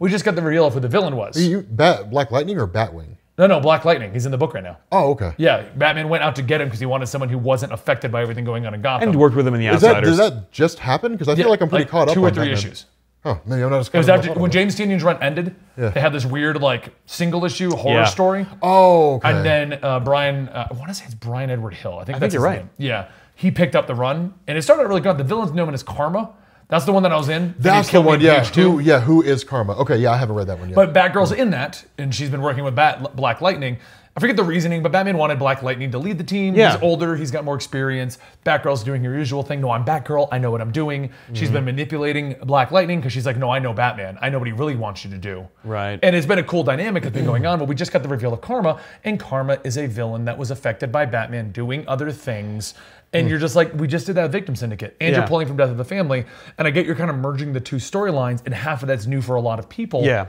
Speaker 1: We just got the reveal of who the villain was.
Speaker 3: You, bat, Black Lightning or Batwing?
Speaker 1: No, no, Black Lightning. He's in the book right now.
Speaker 3: Oh, okay.
Speaker 1: Yeah, Batman went out to get him because he wanted someone who wasn't affected by everything going on in Gotham.
Speaker 2: And worked with him in The
Speaker 3: Is that,
Speaker 2: Outsiders.
Speaker 3: did that just happen? Because I feel like I'm pretty caught up.
Speaker 1: Two or
Speaker 3: on
Speaker 1: three
Speaker 3: Batman.
Speaker 1: issues.
Speaker 3: Oh, maybe I'm not as caught
Speaker 1: It was
Speaker 3: up.
Speaker 1: after when James Tinian's run ended. They had this weird like single issue horror
Speaker 2: Yeah.
Speaker 1: story,
Speaker 3: oh, okay.
Speaker 1: and then uh, Brian. Uh, I want to say it's Brian Edward Hill. I think that's
Speaker 2: you're
Speaker 1: his
Speaker 2: right.
Speaker 1: name. Yeah, he picked up the run, and it started out really good. The villain's known as Karma. That's the one that I was in. and he
Speaker 3: That's the
Speaker 1: killed me
Speaker 3: one,
Speaker 1: in
Speaker 3: yeah.
Speaker 1: page two.
Speaker 3: Who, yeah, who is Karma? Okay, yeah, I haven't read that one yet.
Speaker 1: But Batgirl's in that, and she's been working with Bat Black Lightning. I forget the reasoning, but Batman wanted Black Lightning to lead the team.
Speaker 2: Yeah.
Speaker 1: He's older, he's got more experience. Batgirl's doing her usual thing. No, I'm Batgirl, I know what I'm doing.
Speaker 2: Mm-hmm.
Speaker 1: She's been manipulating Black Lightning because she's like, No, I know Batman. I know what he really wants you to do.
Speaker 2: Right.
Speaker 1: And it's been a cool dynamic that's been going on, but we just got the reveal of Karma, and Karma is a villain that was affected by Batman doing other things. And you're just like, we just did that victim syndicate. And you're
Speaker 2: Mm. Yeah.
Speaker 1: pulling from Death of the Family. And I get you're kind of merging the two storylines, and half of that's new for a lot of people
Speaker 2: Yeah,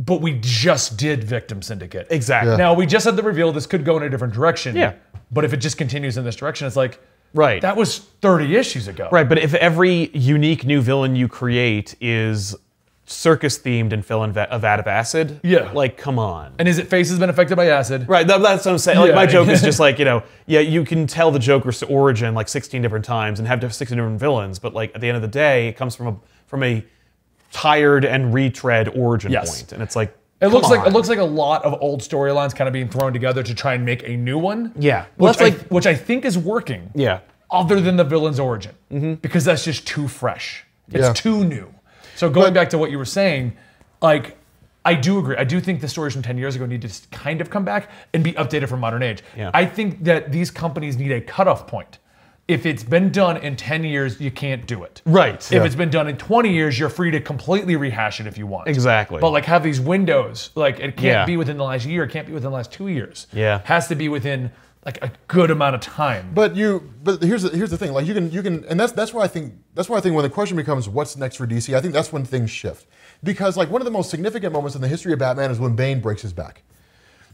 Speaker 1: but we just did Victim Syndicate.
Speaker 2: exactly.
Speaker 1: Now we just had the reveal. This could go in a different direction.
Speaker 2: Yeah.
Speaker 1: But if it just continues in this direction, it's like
Speaker 2: Right.
Speaker 1: that was 30 issues ago.
Speaker 2: Right, but if every unique new villain you create is circus themed and fill in va- a vat of acid,
Speaker 1: Yeah.
Speaker 2: like come on.
Speaker 1: And his face has been affected by acid.
Speaker 2: Right, that, that's what I'm saying. Like
Speaker 1: Yeah.
Speaker 2: my joke is just like you know, yeah, you can tell the Joker's origin like 16 different times and have diff- 16 different villains, but like at the end of the day, it comes from a from a tired and retread origin
Speaker 1: Yes.
Speaker 2: point. and it's like
Speaker 1: It looks
Speaker 2: come
Speaker 1: like it
Speaker 2: on.
Speaker 1: looks like a lot of old storylines kind of being thrown together to try and make a new one.
Speaker 2: Yeah. Well,
Speaker 1: Which,
Speaker 2: that's
Speaker 1: I,
Speaker 2: like-
Speaker 1: which I think is working.
Speaker 2: yeah,
Speaker 1: Other than the villain's origin,
Speaker 2: Mm-hmm.
Speaker 1: because that's just too fresh. It's
Speaker 3: Yeah.
Speaker 1: too new. So going
Speaker 3: But-
Speaker 1: back to what you were saying, like I do agree. I do think the stories from 10 years ago need to s- kind of come back and be updated for modern age.
Speaker 2: Yeah.
Speaker 1: I think that these companies need a cutoff point. If it's been done in 10 years, you can't do it.
Speaker 2: right,
Speaker 1: If it's been done in 20 years, you're free to completely rehash it if you want.
Speaker 2: Exactly.
Speaker 1: But like have these windows. Like it can't
Speaker 2: Yeah.
Speaker 1: be within the last year. It can't be within the last two years.
Speaker 2: Yeah.
Speaker 1: Has to be within like a good amount of time.
Speaker 3: But you, but here's the, here's the thing. Like you can you can, and that's that's why I think that's why I think when the question becomes what's next for DC, I think that's when things shift because like one of the most significant moments in the history of Batman is when Bane breaks his back.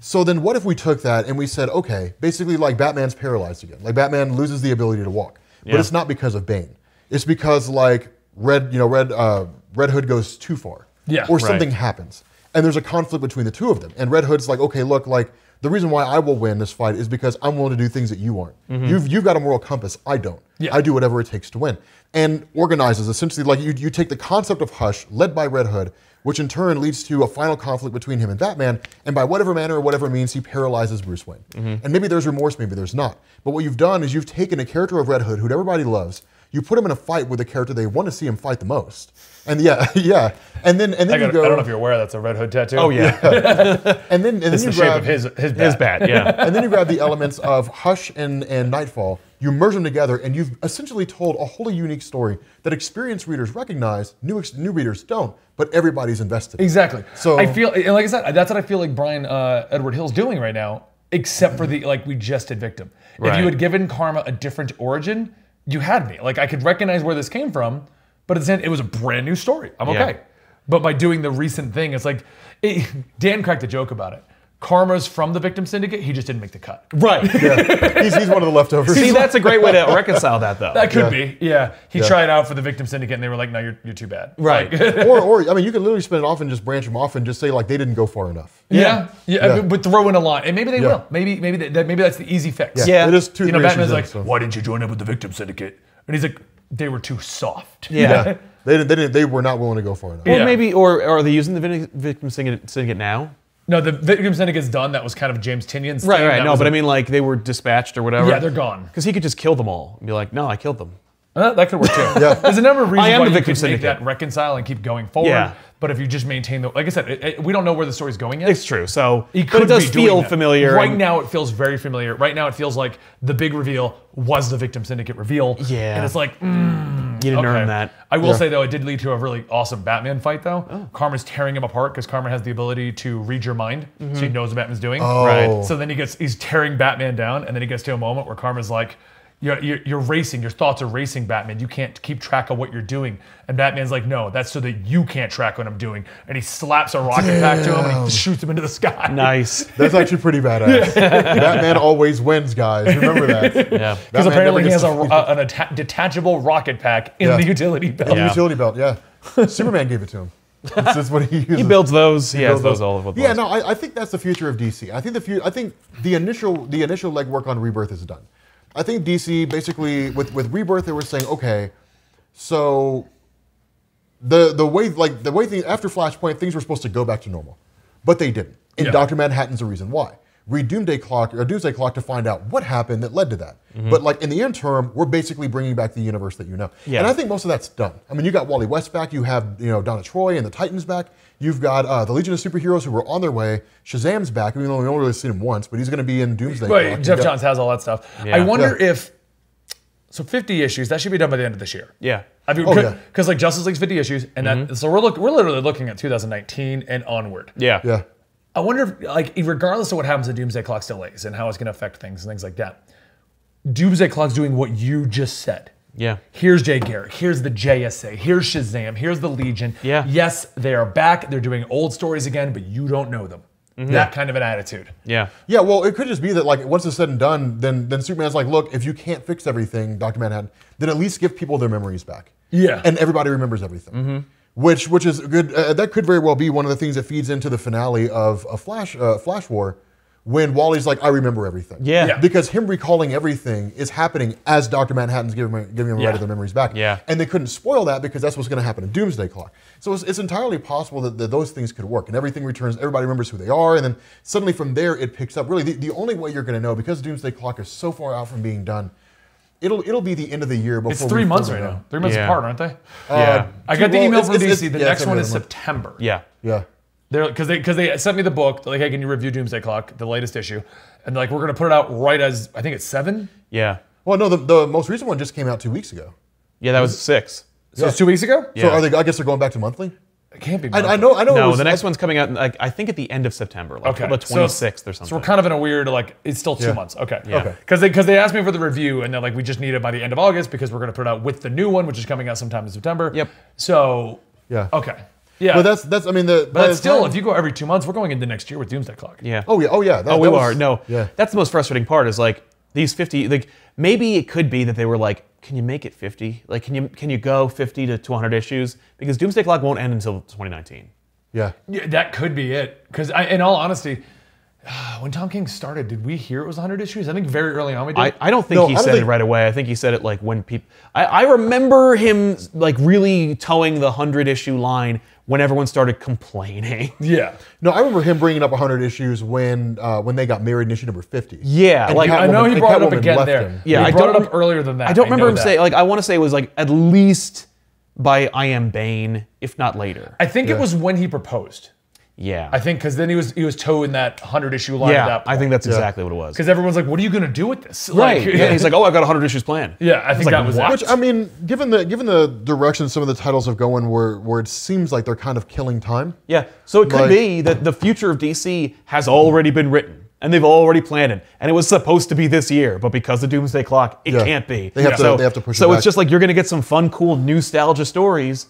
Speaker 3: So then, what if we took that and we said, okay, basically like Batman's paralyzed again, like Batman loses the ability to walk, but
Speaker 2: Yeah.
Speaker 3: it's not because of Bane. It's because like Red, you know, Red uh, Red Hood goes too far,
Speaker 1: Yeah,
Speaker 3: or
Speaker 1: right.
Speaker 3: something happens, and there's a conflict between the two of them. And Red Hood's like, okay, look, like the reason why I will win this fight is because I'm willing to do things that you aren't. You've you've got a moral compass. I don't.
Speaker 1: Mm-hmm. Yeah.
Speaker 3: I do whatever it takes to win. And organizes essentially like you you take the concept of Hush, led by Red Hood, which in turn leads to a final conflict between him and Batman. And by whatever manner or whatever means, he paralyzes Bruce Wayne.
Speaker 1: Mm-hmm.
Speaker 3: And maybe there's remorse, maybe there's not. But what you've done is you've taken a character of Red Hood, who everybody loves. You put him in a fight with the character they want to see him fight the most. And yeah, yeah. And then and then
Speaker 1: I, got,
Speaker 3: you go.
Speaker 1: I don't know if you're aware that's a red hood tattoo.
Speaker 2: oh yeah,
Speaker 3: and then and then you
Speaker 1: the
Speaker 3: grab,
Speaker 1: shape of his his bat.
Speaker 2: it's bad, yeah,
Speaker 3: and then you grab the elements of Hush and, and Nightfall, you merge them together, and you've essentially told a wholly unique story that experienced readers recognize, new, ex- new readers don't, but everybody's invested.
Speaker 1: Exactly.
Speaker 3: So-
Speaker 1: I feel and like I said, that's what I feel like Brian uh, Edward Hill's doing right now, except for the like we just did victim. If
Speaker 2: Right.
Speaker 1: you had given Karma a different origin, you had me. Like I could recognize where this came from, but it's in, it was a brand new story. I'm
Speaker 2: Yeah.
Speaker 1: okay. But by doing the recent thing, it's like it, Dan cracked a joke about it. Karma's from the victim syndicate. He just didn't make the cut.
Speaker 2: right.
Speaker 3: Yeah. he's, he's one of the leftovers.
Speaker 2: See, that's a great way to reconcile that though.
Speaker 1: That could
Speaker 3: Yeah.
Speaker 1: be. Yeah. He tried out for the victim syndicate, and they were like, "No, you're, you're too bad."
Speaker 2: right.
Speaker 3: or, or, I mean, you can literally spin it off and just branch them off and just say, like, they didn't go far enough.
Speaker 1: Yeah, yeah,
Speaker 3: Yeah.
Speaker 1: but throw in a line, and maybe they
Speaker 3: Yeah.
Speaker 1: will. Maybe, maybe that, that- maybe that's the easy fix.
Speaker 2: Yeah.
Speaker 3: It is two
Speaker 1: you know,
Speaker 3: iterations
Speaker 1: Batman's
Speaker 3: in,
Speaker 1: like,
Speaker 3: so-
Speaker 1: why didn't you join up with the victim syndicate? And he's like, they were too soft.
Speaker 2: Yeah.
Speaker 3: Yeah. They, didn't, they, didn't, they were not willing to go far enough.
Speaker 2: Or
Speaker 1: Yeah.
Speaker 2: maybe, or, or are they using the vin- victim syndicate syndicate now?
Speaker 1: No, the victim syndicate's done. That was kind of James Tinian's.
Speaker 2: Right,
Speaker 1: thing.
Speaker 2: right.
Speaker 1: That
Speaker 2: No,
Speaker 1: was
Speaker 2: but
Speaker 1: a-
Speaker 2: I mean, like they were dispatched or whatever.
Speaker 1: Yeah, they're gone.
Speaker 2: Because he could just kill them all and be like, "No, I killed them."
Speaker 1: Uh, that could work too. There's a number of reasons
Speaker 2: I am
Speaker 1: why
Speaker 2: the
Speaker 1: you
Speaker 2: victim
Speaker 1: could make
Speaker 2: syndicate.
Speaker 1: that reconcile and keep going forward.
Speaker 2: Yeah.
Speaker 1: But if you just maintain the, like I said, it, it- we don't know where the story's going yet.
Speaker 2: It's true. So
Speaker 1: He
Speaker 2: but
Speaker 1: could
Speaker 2: it does
Speaker 1: be doing
Speaker 2: feel
Speaker 1: that.
Speaker 2: familiar.
Speaker 1: Right
Speaker 2: and-
Speaker 1: now, it feels very familiar. Right now, it feels like the big reveal was the victim syndicate reveal.
Speaker 2: Yeah.
Speaker 1: And it's like, mm,
Speaker 2: you didn't
Speaker 1: okay.
Speaker 2: earn that.
Speaker 1: I will say though, it did lead to a really awesome Batman fight though.
Speaker 3: Oh.
Speaker 1: Karma's tearing him apart because Karma has the ability to read your mind, so
Speaker 3: Mm-hmm.
Speaker 1: he knows what Batman's doing.
Speaker 3: Oh.
Speaker 2: Right.
Speaker 1: So then he gets he's tearing Batman down, and then he gets to a moment where Karma's like, you're, you're, you're racing, your thoughts are racing, Batman. You can't keep track of what you're doing. And Batman's like, no, that's so that you can't track what I'm doing. And he slaps a rocket back to him and he shoots him into the sky.
Speaker 2: Nice.
Speaker 3: That's actually pretty badass. Batman always wins, guys. Remember that.
Speaker 2: Yeah.
Speaker 1: Because
Speaker 3: Batman
Speaker 1: apparently
Speaker 3: never
Speaker 1: he has
Speaker 3: gets
Speaker 1: a,
Speaker 3: defeated.
Speaker 1: a- an atta- detachable rocket pack in
Speaker 3: Yeah.
Speaker 1: the utility belt.
Speaker 3: The
Speaker 2: Yeah.
Speaker 3: utility belt, yeah. Superman gave it to him. That's just what he uses.
Speaker 2: He builds those. He, has
Speaker 3: builds
Speaker 2: those
Speaker 3: those.
Speaker 2: all over the
Speaker 3: Yeah,
Speaker 2: place.
Speaker 3: no, I, I think that's the future of DC. I think the fu- I think the initial the initial legwork on Rebirth is done. I think DC basically with with Rebirth they were saying, okay, so the the way like the way things after Flashpoint things were supposed to go back to normal, but they didn't. And
Speaker 1: Yeah.
Speaker 3: Doctor Manhattan's the reason why. Read Doomsday Clock or Doomsday Clock to find out what happened that led to that.
Speaker 1: Mm-hmm.
Speaker 3: But like in the interim, we're basically bringing back the universe that you know.
Speaker 2: Yeah.
Speaker 3: And I think most of that's done. I mean, you got Wally West back. You have you know Donna Troy and the Titans back. You've got uh, the Legion of Superheroes who were on their way. Shazam's back. Even though we only really seen him once, but he's going to be in Doomsday. Clock.
Speaker 1: Right,
Speaker 3: You
Speaker 1: Jeff
Speaker 3: got-
Speaker 1: Johns has all that stuff. I wonder if so 50 issues that should be done by the end of this year.
Speaker 2: Yeah. Mm-hmm.
Speaker 1: I mean,
Speaker 3: Oh,
Speaker 1: because
Speaker 3: yeah.
Speaker 1: like Justice League's 50 issues, and that so we're look we're literally looking at 2019 and onward.
Speaker 2: Yeah.
Speaker 3: Yeah.
Speaker 1: I wonder if like regardless of what happens to Doomsday Clock's delays and how it's going to affect things and things like that, Doomsday Clock's doing what you just said.
Speaker 2: Yeah.
Speaker 1: Here's Jay Garrick. Here's the JSA. Here's Shazam. Here's the Legion.
Speaker 2: Yeah.
Speaker 1: Yes, they are back. They're doing old stories again, but you don't know them.
Speaker 2: Mm-hmm.
Speaker 1: That kind of an attitude.
Speaker 2: Yeah.
Speaker 3: Yeah, well, it could just be that like once it's said and done, then then Superman's like, look, if you can't fix everything, Doctor Manhattan, then at least give people their memories back.
Speaker 1: Yeah. Mm-hmm.
Speaker 3: and everybody remembers everything. Which which is good. Uh, that could very well be one of the things that feeds into the finale of a Flash uh, Flash War, when Wally's like, I remember everything.
Speaker 2: Yeah.
Speaker 1: Yeah.
Speaker 3: Because him recalling everything is happening as Dr. Manhattan's giving, him- giving him
Speaker 1: Yeah.
Speaker 3: right of their memories back.
Speaker 2: Yeah.
Speaker 3: And they couldn't spoil that because that's what's going to happen in Doomsday Clock. So it's, it's entirely possible that, that those things could work and everything returns, everybody remembers who they are, and then suddenly from there it picks up. Really, the, the only way you're going to know, because Doomsday Clock is so far out from being done, it'll it'll be the end of the year before
Speaker 1: It's three
Speaker 3: we
Speaker 1: months
Speaker 3: fully
Speaker 1: right
Speaker 3: know.
Speaker 1: now. Three months
Speaker 2: Yeah.
Speaker 1: apart, aren't they?
Speaker 2: Yeah.
Speaker 1: I got the
Speaker 3: Uh, Well,
Speaker 1: email
Speaker 3: it's-
Speaker 1: from
Speaker 3: it's-
Speaker 1: DC.
Speaker 3: it's-
Speaker 1: The
Speaker 3: yeah,
Speaker 1: next
Speaker 3: it's
Speaker 1: one is
Speaker 3: another month.
Speaker 1: September.
Speaker 2: Yeah.
Speaker 3: Yeah.
Speaker 1: They're because they because they sent me the book. They're like, hey, can you review Doomsday Clock, the latest issue? And like, we're gonna put it out right as I think it's seven.
Speaker 2: Yeah.
Speaker 3: Well, no, the, the most recent one just came out two weeks ago.
Speaker 2: Yeah. That was six.
Speaker 1: So it's two weeks ago.
Speaker 3: So
Speaker 2: Yeah.
Speaker 3: are they? I guess they're going back to monthly.
Speaker 1: It can't be.
Speaker 3: I, I
Speaker 1: monthly.
Speaker 3: know. I know. it
Speaker 2: No,
Speaker 3: was,
Speaker 2: the next one's coming out. in, Like, I think at the end of September, like
Speaker 1: Okay.
Speaker 2: the
Speaker 1: So it's-
Speaker 2: 26th or something.
Speaker 1: So we're kind of in a weird like it's still two
Speaker 3: Yeah.
Speaker 1: months. Okay.
Speaker 2: Okay.
Speaker 1: Because they because they asked me for the review and they're like, we just need it by the end of August because we're gonna put it out with the new one, which is coming out sometime in September.
Speaker 2: Yep.
Speaker 1: So
Speaker 3: Yeah.
Speaker 1: okay. Yeah.
Speaker 3: But that's that's. I mean, the
Speaker 1: but that's still, if you go every two months, we're going into next year with Doomsday Clock.
Speaker 2: yeah.
Speaker 3: oh yeah. Oh yeah. that-
Speaker 2: Oh, we
Speaker 3: that was-
Speaker 2: are. No,
Speaker 3: Yeah.
Speaker 2: that's the most frustrating part. Is like these fifty. Like maybe it could be that they were like, can you make it fifty? Like, can you can you go fifty to two hundred issues? Because Doomsday Clock won't end until twenty nineteen.
Speaker 3: Yeah.
Speaker 1: Yeah, that could be it. Because in all honesty, when Tom King started, did we hear it was 100 issues? I think very early on we did.
Speaker 2: I, I don't think
Speaker 3: No,
Speaker 2: he
Speaker 3: I don't
Speaker 2: said it
Speaker 3: think-
Speaker 2: right away. I think he said it like when people. I, I remember him like really towing the hundred issue line when everyone started complaining.
Speaker 1: yeah.
Speaker 3: No, I remember him bringing up 100 issues when uh, when they got married in issue number 50.
Speaker 2: Yeah,
Speaker 3: And
Speaker 2: like-
Speaker 3: Catwoman-
Speaker 1: I know he
Speaker 3: and
Speaker 1: brought it up
Speaker 3: Catwoman
Speaker 1: again
Speaker 3: left
Speaker 1: there.
Speaker 3: him.
Speaker 2: Yeah,
Speaker 1: he
Speaker 2: I
Speaker 1: brought it
Speaker 2: don't-
Speaker 1: up earlier than that.
Speaker 2: I don't remember
Speaker 1: know
Speaker 2: him
Speaker 1: that.
Speaker 2: saying like I want to say it was like at least by I am Bane, if not later.
Speaker 1: I think it was when he proposed.
Speaker 2: yeah,
Speaker 1: I think because then he was he was towing that 100 issue line.
Speaker 2: yeah. I think that's exactly what it was.
Speaker 1: because everyone's like, "What are you gonna do with this?"
Speaker 2: Right.
Speaker 1: Like,
Speaker 2: yeah. He's like, oh, I've got 100 issues planned.
Speaker 1: Yeah, I think
Speaker 2: like,
Speaker 1: that was
Speaker 2: what?
Speaker 1: it.
Speaker 3: Which I mean, given the given the direction some of the titles have going, where where it seems like they're kind of killing time.
Speaker 2: Yeah. So it could
Speaker 3: Like-
Speaker 2: be that the future of DC has already been written and they've already planned it. And it was supposed to be this year, but because of Doomsday Clock, it
Speaker 3: Yeah.
Speaker 2: can't be.
Speaker 3: They have
Speaker 2: Yeah.
Speaker 3: to-
Speaker 2: so,
Speaker 3: they have to push it
Speaker 2: So
Speaker 3: back.
Speaker 2: it's just like you're going to get some fun, cool nostalgia stories,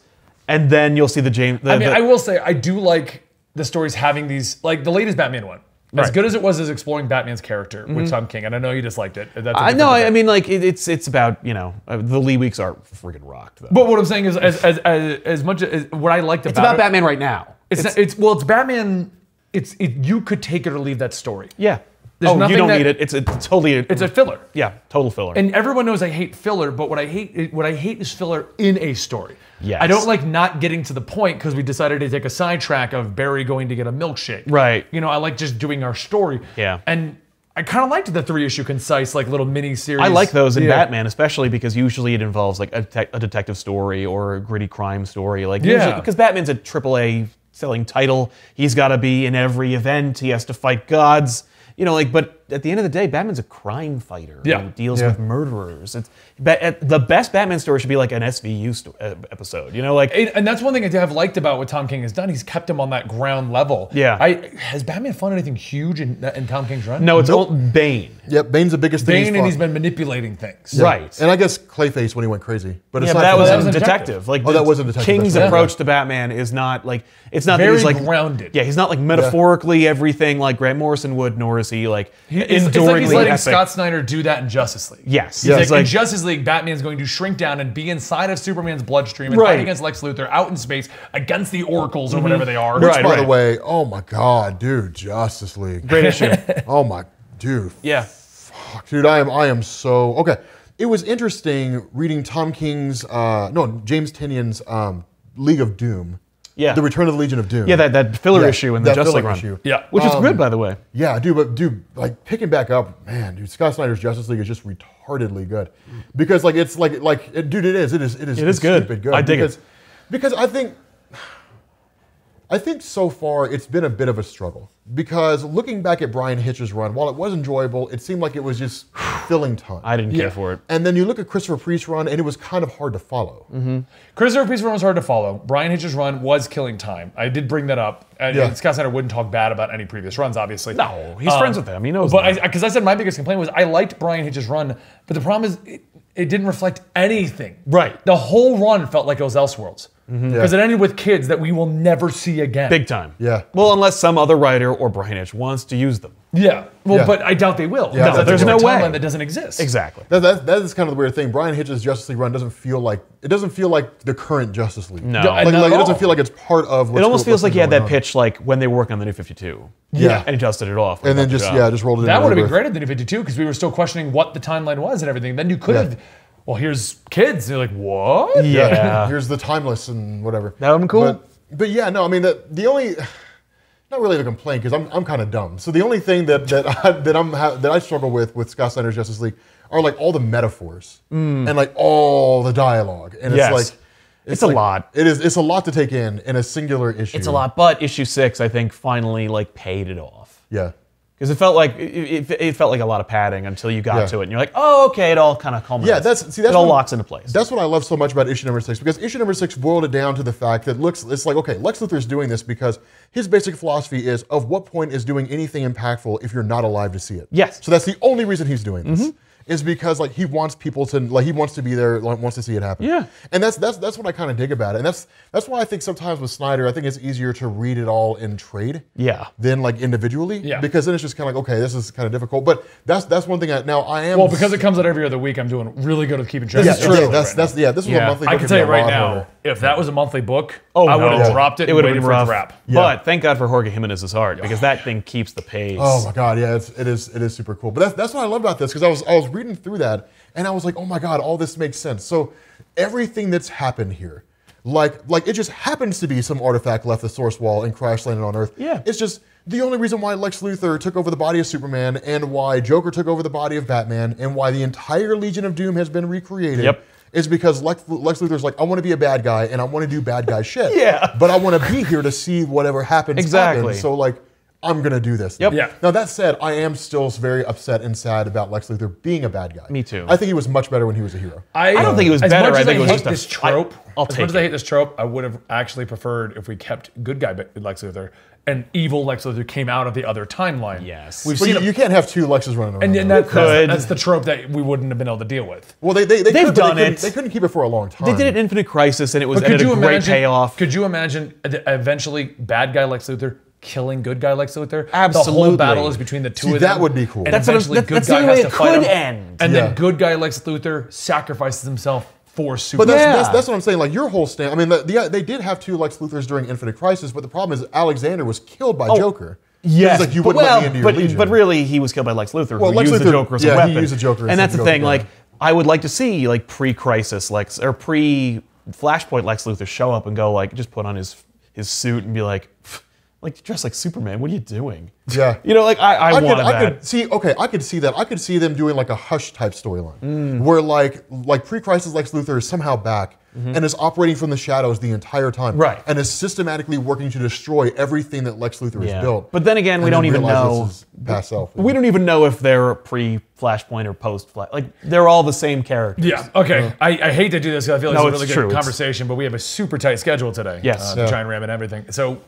Speaker 2: and then you'll see the James. The,
Speaker 1: I mean,
Speaker 2: the-
Speaker 1: I will say I do like the stories having these, like the latest Batman one. As
Speaker 2: Right. Mm-hmm.
Speaker 1: good as it was as exploring Batman's character with Tom King, and I know you disliked it. That's a
Speaker 2: I
Speaker 1: different
Speaker 2: know.
Speaker 1: debate.
Speaker 2: I, I mean, like it, it's it's about you know uh, the Lee Weeks are friggin' rocked though.
Speaker 1: But what I'm saying is, as as as, as much as what I liked about
Speaker 2: it's about
Speaker 1: it,
Speaker 2: Batman right now.
Speaker 1: it's, not- it's well, it's Batman. It's it, you could take it or leave that story.
Speaker 2: yeah.
Speaker 1: There's
Speaker 2: oh, you
Speaker 1: nothing
Speaker 2: don't
Speaker 1: that-
Speaker 2: need it. It's a it's totally.
Speaker 1: It's a filler.
Speaker 2: yeah, total filler.
Speaker 1: And everyone knows I hate filler, but what I hate what I hate is filler in a story.
Speaker 2: Yes.
Speaker 1: I don't like not getting to the point because we decided to take a sidetrack of Barry going to get a milkshake.
Speaker 2: Right.
Speaker 1: You know, I like just doing our story.
Speaker 2: Yeah.
Speaker 1: And I kind of liked the three issue concise like little mini series.
Speaker 2: I like those in
Speaker 1: Yeah.
Speaker 2: Batman, especially because usually it involves like a, te- a detective story or a gritty crime story. Like, usually-
Speaker 1: Yeah.
Speaker 2: because Batman's a AAA selling title, he's got to be in every event. He has to fight gods, you know. Like, but at the end of the day, Batman's a crime fighter.
Speaker 1: Yeah.
Speaker 2: who deals
Speaker 3: Yeah.
Speaker 2: with murderers. It's ba- at- the best Batman story should be like an SVU sto- uh, episode. You know, like
Speaker 1: And, and that's one thing I have liked about what Tom King has done. He's kept him on that ground level.
Speaker 2: Yeah.
Speaker 1: I has Batman fought anything huge in, in Tom King's run?
Speaker 2: no, it's all Bane.
Speaker 3: Yep, Bane's the biggest thing.
Speaker 1: Bane and
Speaker 3: fought.
Speaker 1: he's been manipulating things.
Speaker 2: Yeah. Right.
Speaker 3: And I guess Clayface when he went crazy, but it's
Speaker 2: Yeah,
Speaker 3: not
Speaker 2: but that
Speaker 3: for
Speaker 2: was,
Speaker 1: that
Speaker 2: a
Speaker 1: was a
Speaker 2: detective.
Speaker 1: detective.
Speaker 2: Like,
Speaker 3: Oh, that
Speaker 2: the-
Speaker 3: was a detective.
Speaker 2: King's
Speaker 3: That's right.
Speaker 2: approach to Batman is not like it's not that
Speaker 1: Very
Speaker 2: he's like
Speaker 1: grounded.
Speaker 2: Yeah, he's not like metaphorically everything like Grant Morrison would, nor is he like
Speaker 1: It's, it's like
Speaker 2: enduringly
Speaker 1: he's letting
Speaker 2: epic.
Speaker 1: Scott Snyder do that in Justice League.
Speaker 2: Yes.
Speaker 1: He's
Speaker 2: Yes.
Speaker 1: like, in
Speaker 2: Like-
Speaker 1: Justice League, Batman's going to shrink down and be inside of Superman's bloodstream and
Speaker 2: Right. Mm-hmm.
Speaker 1: fight against Lex Luthor out in space against the Oracles or whatever they are.
Speaker 2: Right.
Speaker 3: By the way, oh my God, dude, Justice League.
Speaker 2: Great issue.
Speaker 3: oh my, dude,
Speaker 2: yeah.
Speaker 3: fuck, dude, I am, I am so okay. It was interesting reading Tom King's, uh, no, James Tinian's um, League of Doom.
Speaker 2: Yeah.
Speaker 3: The Return of the Legion of Doom.
Speaker 2: Yeah, that, that filler
Speaker 3: Yeah,
Speaker 2: issue in the
Speaker 3: that
Speaker 2: Justice
Speaker 3: filler
Speaker 2: League run.
Speaker 3: issue. Um,
Speaker 1: Yeah.
Speaker 2: Which is good by the way.
Speaker 3: Yeah, dude, but dude, like picking back up, man, dude, Scott Snyder's Justice League is just retardedly good because like it's like like it- dude, it is, it is, it is,
Speaker 2: It is
Speaker 3: it's
Speaker 2: good.
Speaker 3: stupid good.
Speaker 2: I dig it.
Speaker 3: because, because I think, I think so far it's been a bit of a struggle because looking back at Brian Hitch's run, while it was enjoyable, it seemed like it was just filling time.
Speaker 2: I didn't
Speaker 1: Yeah.
Speaker 2: care for it.
Speaker 3: And then you look at Christopher Priest's run, and it was kind of hard to follow.
Speaker 1: Christopher Peace Run was hard to follow. Brian Hitch's run was killing time. I did bring that up. And
Speaker 3: Yeah.
Speaker 1: Scott Snyder wouldn't talk bad about any previous runs, obviously. Um,
Speaker 2: No, he's friends with them. He knows
Speaker 1: But
Speaker 2: them.
Speaker 1: because I, said my biggest complaint was I liked Brian Hitch's run, but the problem is it, it didn't reflect anything.
Speaker 2: Right. Mm-hmm.
Speaker 1: The whole run felt like it was Elseworlds because
Speaker 3: Yeah.
Speaker 1: it ended with kids that we will never see again.
Speaker 2: Big time.
Speaker 3: Yeah.
Speaker 2: Well, unless some other writer or Brian Hitch wants to use them.
Speaker 1: Yeah. Well,
Speaker 3: Yeah.
Speaker 1: but I doubt they will.
Speaker 3: Yeah,
Speaker 1: Because
Speaker 3: there's
Speaker 1: they're
Speaker 2: no
Speaker 1: a timeline
Speaker 2: way.
Speaker 1: that doesn't exist.
Speaker 2: Exactly.
Speaker 3: That, that, that is kind of the weird thing. Brian Hitch's Justice League run doesn't feel like it doesn't feel like the current Justice League.
Speaker 2: No.
Speaker 1: Yeah,
Speaker 2: It
Speaker 1: and
Speaker 3: like,
Speaker 1: not
Speaker 3: like
Speaker 1: at
Speaker 3: it doesn't
Speaker 1: all.
Speaker 3: feel like it's part of. What's
Speaker 2: almost
Speaker 3: go-
Speaker 2: feels
Speaker 3: what's
Speaker 2: like he had
Speaker 3: going
Speaker 2: that
Speaker 3: on.
Speaker 2: pitch like when they were working on the new 52.
Speaker 3: Yeah.
Speaker 2: And adjusted it off.
Speaker 3: and then just yeah, just rolled it.
Speaker 1: That
Speaker 3: in
Speaker 1: would have been
Speaker 3: Rebirth.
Speaker 1: great at the New 52 because we were still questioning what the timeline was and everything. Then you could
Speaker 3: Yeah.
Speaker 1: have, well, here's kids. And you're like, what?
Speaker 2: Yeah.
Speaker 3: Here's the timeless and whatever.
Speaker 2: That would've been cool.
Speaker 3: But, but yeah, no, I mean the the only not really a complaint because I'm, I'm kind of dumb. So the only thing that that I, that I'm ha- that I struggle with with Scott Snyder's Justice League are like all the metaphors and like all the dialogue and
Speaker 2: Mm. Yes.
Speaker 3: it's like
Speaker 2: It's a
Speaker 3: like-
Speaker 2: lot.
Speaker 3: It is it's a lot to take in in a singular issue.
Speaker 2: It's a lot, but issue six, I think, finally like paid it off
Speaker 3: Yeah.
Speaker 2: because it felt like it, it, it felt like a lot of padding until you got
Speaker 3: Yeah.
Speaker 2: to it, and you're like, oh, okay, it all kind of culminates.
Speaker 3: Yeah, that's see that's
Speaker 2: it all
Speaker 3: what-
Speaker 2: locks into place.
Speaker 3: That's what I love so much about issue number six because issue number six boiled it down to the fact that looks it's like okay, Lex Luthor's doing this because his basic philosophy is of what point is doing anything impactful if you're not alive to see it.
Speaker 2: Yes. Mm-hmm.
Speaker 3: So that's the only reason he's doing this. Is because like he wants people to like he wants to be there, like wants to see it happen.
Speaker 2: Yeah.
Speaker 3: And that's that's that's what I kind of dig about it. And that's that's why I think sometimes with Snyder, I think it's easier to read it all in trade
Speaker 2: yeah,
Speaker 3: than like individually.
Speaker 1: Yeah.
Speaker 3: Because then it's just kind of like, okay, this is kind of difficult. But that's that's one thing I now I am
Speaker 1: Well, because it comes out every other week, I'm doing really good with keeping track.
Speaker 3: yeah,
Speaker 1: of
Speaker 3: yeah,
Speaker 1: stuff.
Speaker 3: that's that's yeah. This was
Speaker 2: Yeah.
Speaker 3: a monthly.
Speaker 1: I
Speaker 3: book
Speaker 1: can
Speaker 3: it'd
Speaker 1: tell
Speaker 3: be
Speaker 1: you
Speaker 3: a
Speaker 1: right
Speaker 3: lot
Speaker 1: now,
Speaker 3: harder.
Speaker 1: if that was a monthly book,
Speaker 3: Oh,
Speaker 1: I would have
Speaker 2: Oh, no.
Speaker 1: dropped it.
Speaker 2: It
Speaker 1: and
Speaker 2: would have
Speaker 1: waited
Speaker 2: been
Speaker 1: for it
Speaker 2: rough.
Speaker 1: to wrap.
Speaker 2: But thank God for Jorge Jimenez's art because that thing keeps the pace.
Speaker 3: Oh my god, yeah, it's, it is it is super cool. But that's that's what I love about this because I was I was reading through that and I was like, oh my god, all this makes sense. So everything that's happened here, like like it just happens to be some artifact left the source wall and crash landed on Earth.
Speaker 2: Yeah.
Speaker 3: it's just the only reason why Lex Luthor took over the body of Superman and why Joker took over the body of Batman and why the entire Legion of Doom has been recreated.
Speaker 2: Yep.
Speaker 3: Is because Lex, Lex Luthor's like, I want to be a bad guy and I want to do bad guy shit.
Speaker 2: Yeah.
Speaker 3: But I want to be here to see whatever happens. happen.
Speaker 2: Exactly.
Speaker 3: So like, I'm gonna do this.
Speaker 2: Yep.
Speaker 1: Yeah.
Speaker 3: Now that said, I am still very upset and sad about Lex Luthor being a bad guy.
Speaker 2: Me too.
Speaker 3: I think he was much better when he was a hero.
Speaker 2: I don't think it was
Speaker 1: as
Speaker 2: better,
Speaker 1: Much
Speaker 2: I
Speaker 1: as
Speaker 2: think it was
Speaker 1: hate
Speaker 2: just a-
Speaker 1: this trope.
Speaker 2: I- I'll
Speaker 1: as
Speaker 2: take
Speaker 1: much as I
Speaker 2: it.
Speaker 1: hate this trope, I would have actually preferred if we kept good guy Ba- Lex Luthor and evil Lex Luthor came out of the other timeline.
Speaker 2: Yes.
Speaker 1: we've
Speaker 3: But
Speaker 1: seen
Speaker 3: you,
Speaker 1: him.
Speaker 3: you can't have two Lexes running around.
Speaker 1: and
Speaker 3: though.
Speaker 1: and that, that's,
Speaker 2: could.
Speaker 1: that's the trope that we wouldn't have been able to deal with.
Speaker 3: well, they, they, they
Speaker 2: They've
Speaker 3: could, but
Speaker 2: done
Speaker 3: they couldn't-
Speaker 2: it.
Speaker 3: They couldn't keep it for a long time.
Speaker 2: they did it in Infinite Crisis, and it was
Speaker 1: But
Speaker 2: and
Speaker 1: could
Speaker 2: it
Speaker 1: you
Speaker 2: had a great
Speaker 1: imagine?
Speaker 2: payoff.
Speaker 1: Could you imagine th- eventually bad guy Lex Luthor killing good guy Lex Luthor? The whole
Speaker 2: Absolutely.
Speaker 1: battle is between the two
Speaker 3: See,
Speaker 1: of them.
Speaker 3: that would be cool.
Speaker 1: And
Speaker 2: That's what I'm-
Speaker 1: eventually,
Speaker 2: that-
Speaker 1: good
Speaker 2: that's the
Speaker 1: guy
Speaker 2: only
Speaker 1: has
Speaker 2: way
Speaker 1: to
Speaker 2: it
Speaker 1: fight
Speaker 2: could
Speaker 1: him.
Speaker 2: end.
Speaker 1: And
Speaker 3: Yeah.
Speaker 1: then good guy Lex Luthor sacrifices himself for Superman.
Speaker 3: But that's,
Speaker 2: Yeah.
Speaker 3: that's, that's what I'm saying. Like your whole stand. I mean, the, the, they did have two Lex Luthors during Infinite Crisis, but the problem is Alexander was killed by Joker.
Speaker 2: Oh, Yes,
Speaker 3: It's like you
Speaker 2: but,
Speaker 3: wouldn't let
Speaker 2: well,
Speaker 3: me into your
Speaker 2: but,
Speaker 3: legion.
Speaker 2: but really, he was killed by Lex Luthor,
Speaker 3: Well,
Speaker 2: who
Speaker 3: Lex
Speaker 2: used
Speaker 3: Luthor-
Speaker 2: the Joker as
Speaker 3: yeah,
Speaker 2: a
Speaker 3: he
Speaker 2: weapon.
Speaker 3: used the Joker as
Speaker 2: and
Speaker 3: a
Speaker 2: that's the
Speaker 3: Joker,
Speaker 2: thing.
Speaker 3: yeah.
Speaker 2: Like, I would like to see like pre-crisis Lex or pre-Flashpoint Lex Luthor show up and go like, just put on his his suit and be like, like dressed like Superman. What are you doing?
Speaker 3: Yeah.
Speaker 2: You know, like I, I,
Speaker 3: I could,
Speaker 2: want
Speaker 3: I
Speaker 2: that.
Speaker 3: could see. Okay, I could see that. I could see them doing like a hush type storyline, where like like pre-crisis Lex Luthor is somehow back and is operating from the shadows the entire time,
Speaker 2: Right.
Speaker 3: And is systematically working to destroy everything that Lex Luthor
Speaker 2: Yeah.
Speaker 3: has built.
Speaker 2: But then again, we
Speaker 3: And
Speaker 2: don't even
Speaker 3: realize
Speaker 2: know-
Speaker 3: this is past self.
Speaker 2: we don't even know if they're pre Flashpoint or post Flash. Like they're all the same character.
Speaker 1: Yeah. Okay. I, I hate to do this because I feel like
Speaker 2: No,
Speaker 1: it's a
Speaker 2: it's
Speaker 1: really
Speaker 2: true.
Speaker 1: good
Speaker 2: It's-
Speaker 1: conversation, but we have a super tight schedule today.
Speaker 2: Yes.
Speaker 1: Uh, to
Speaker 3: Yeah.
Speaker 1: try and ram in everything. So,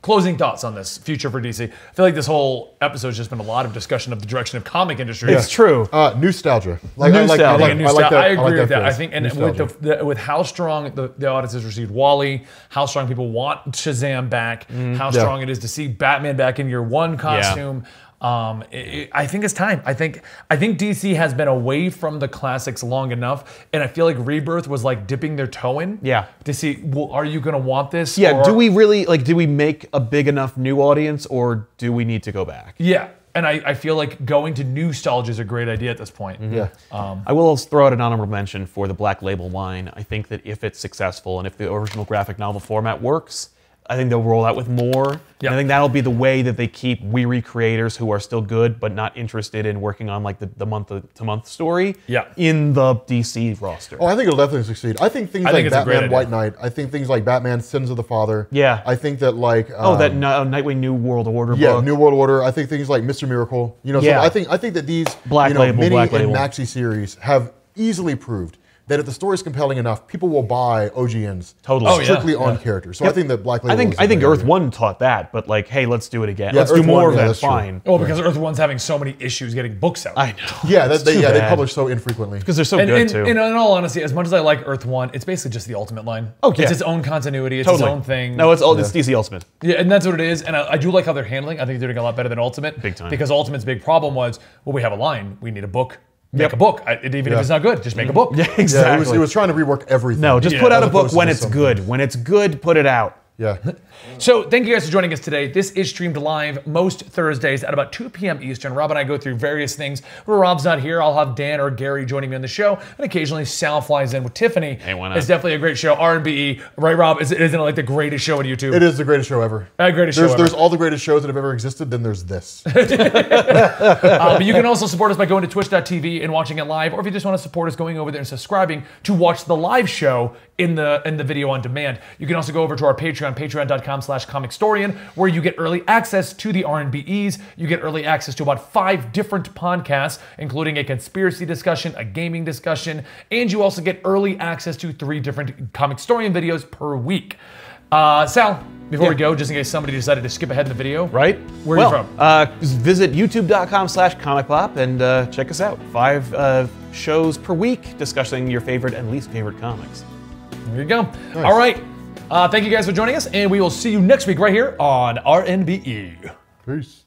Speaker 1: closing thoughts on this future for DC. I feel like this whole episode's just been a lot of discussion of the direction of comic industry.
Speaker 2: It's true.
Speaker 3: Uh, nostalgia. Like, I like, I
Speaker 2: Nostalgia.
Speaker 3: like,
Speaker 2: Yeah,
Speaker 1: new
Speaker 3: I like
Speaker 1: style.
Speaker 3: that.
Speaker 1: I agree
Speaker 3: like
Speaker 1: with that. I
Speaker 3: phrase.
Speaker 1: think, and with,
Speaker 3: Nostalgia.
Speaker 1: the, the, with how strong the, the audience has received Wally, how strong people want Shazam back,
Speaker 3: Mm-hmm.
Speaker 1: how strong it is to see Batman back in your one costume. Um, it- it- I think it's time. I think I think DC has been away from the classics long enough, and I feel like Rebirth was like dipping their toe in.
Speaker 2: Yeah.
Speaker 1: To see, well, are you gonna want this?
Speaker 2: yeah.
Speaker 1: or-
Speaker 2: do we really like? Do we make a big enough new audience, or do we need to go back?
Speaker 1: Yeah. And I, I feel like going to new nostalgia is a great idea at this point.
Speaker 3: Yeah.
Speaker 1: Uh,
Speaker 2: I will also throw out an honorable mention for the Black Label line. I think that if it's successful and if the original graphic novel format works, I think they'll roll out with more. And
Speaker 1: Yeah.
Speaker 2: I think that'll be the way that they keep weary creators who are still good but not interested in working on like the, the month to month story
Speaker 1: Yeah.
Speaker 2: in the DC roster.
Speaker 3: Oh, I think it'll definitely succeed. I think things
Speaker 1: I think
Speaker 3: like
Speaker 1: it's a great idea.
Speaker 3: Batman, White Knight. I think things like Batman, Sins of the Father.
Speaker 2: Yeah.
Speaker 3: I think that like. Um,
Speaker 2: oh, that no, Nightwing New World Order
Speaker 3: Yeah,
Speaker 2: book.
Speaker 3: New World Order. I think things like Mr. Miracle. You know, so
Speaker 2: Yeah.
Speaker 3: I think I think that these
Speaker 2: Black
Speaker 3: you know,
Speaker 2: Label,
Speaker 3: mini
Speaker 2: Black
Speaker 3: and
Speaker 2: Label.
Speaker 3: maxi series have easily proved that if the story is compelling enough, people will buy OGNs
Speaker 2: Totally. Oh, yeah,
Speaker 3: strictly on characters. So I think that Black Label.
Speaker 2: I think
Speaker 3: is a
Speaker 2: I think
Speaker 3: great
Speaker 2: Earth
Speaker 3: idea.
Speaker 2: One taught that, but like, hey, let's do it again.
Speaker 3: Yeah,
Speaker 2: let's do
Speaker 3: Earth
Speaker 2: more
Speaker 3: One,
Speaker 2: of
Speaker 3: yeah,
Speaker 2: that.
Speaker 3: that's true.
Speaker 2: Fine.
Speaker 1: Well, because Earth One's having so many issues getting books out.
Speaker 2: I know.
Speaker 3: Yeah, that, they,
Speaker 2: too
Speaker 3: yeah, they
Speaker 2: bad.
Speaker 3: publish so infrequently.
Speaker 2: Because they're so
Speaker 1: And,
Speaker 2: good
Speaker 1: and,
Speaker 2: too.
Speaker 1: and in all honesty, as much as I like Earth One, it's basically just the Ultimate line. Oh,
Speaker 2: yeah.
Speaker 1: It's its own continuity. It's
Speaker 2: totally.
Speaker 1: its own thing.
Speaker 2: No, it's all it's DC Ultimate.
Speaker 1: yeah, and that's what it is. And I, I do like how they're handling. I think they're doing a lot better than Ultimate.
Speaker 2: Big time.
Speaker 1: Because Ultimate's big problem was, well, we have a line. We need a book. Make a book. I, even if it's not good, just make a book.
Speaker 2: Mm-hmm. Yeah, exactly.
Speaker 3: Yeah, it was, it was trying to rework everything.
Speaker 2: No, just
Speaker 1: Yeah.
Speaker 2: put out
Speaker 1: As
Speaker 2: a book
Speaker 3: opposed to
Speaker 2: when
Speaker 3: just
Speaker 2: it's
Speaker 3: something.
Speaker 2: good. When it's good, put it out.
Speaker 3: yeah.
Speaker 1: So, thank you guys for joining us today. This is streamed live most Thursdays at about 2 p.m. Eastern. Rob and I go through various things. Where Rob's not here, I'll have Dan or Gary joining me on the show, and occasionally Sal flies in with Tiffany. Hey,
Speaker 2: why not?
Speaker 1: It's definitely a great show. R&B, E, right, Rob? Is- Isn't it like the greatest show on YouTube?
Speaker 3: It is the greatest show ever.
Speaker 1: Uh, greatest
Speaker 3: there's,
Speaker 1: show
Speaker 3: There's
Speaker 1: ever.
Speaker 3: all the greatest shows that have ever existed. Then there's this.
Speaker 1: Uh, but you can also support us by going to twitch.tv and watching it live, or if you just want to support us going over there and subscribing to watch the live show in the in the video on demand. You can also go over to our Patreon, patreon.com slash comicstorian, where you get early access to the RNBEs. You get early access to about five different podcasts, including a conspiracy discussion, a gaming discussion, and you also get early access to three different comic historian videos per week. Uh, Sal, before we
Speaker 2: Yeah.
Speaker 1: go, just in case somebody decided to skip ahead in the video,
Speaker 2: right?
Speaker 1: Where are you
Speaker 2: well,
Speaker 1: from?
Speaker 2: Uh, visit youtube.com slash comic pop and uh, check us out. Five uh, shows per week discussing your favorite and least favorite comics.
Speaker 1: There you go. All right. Uh, thank you guys for joining us, and we will see you next week right here on RNBE.
Speaker 3: Peace.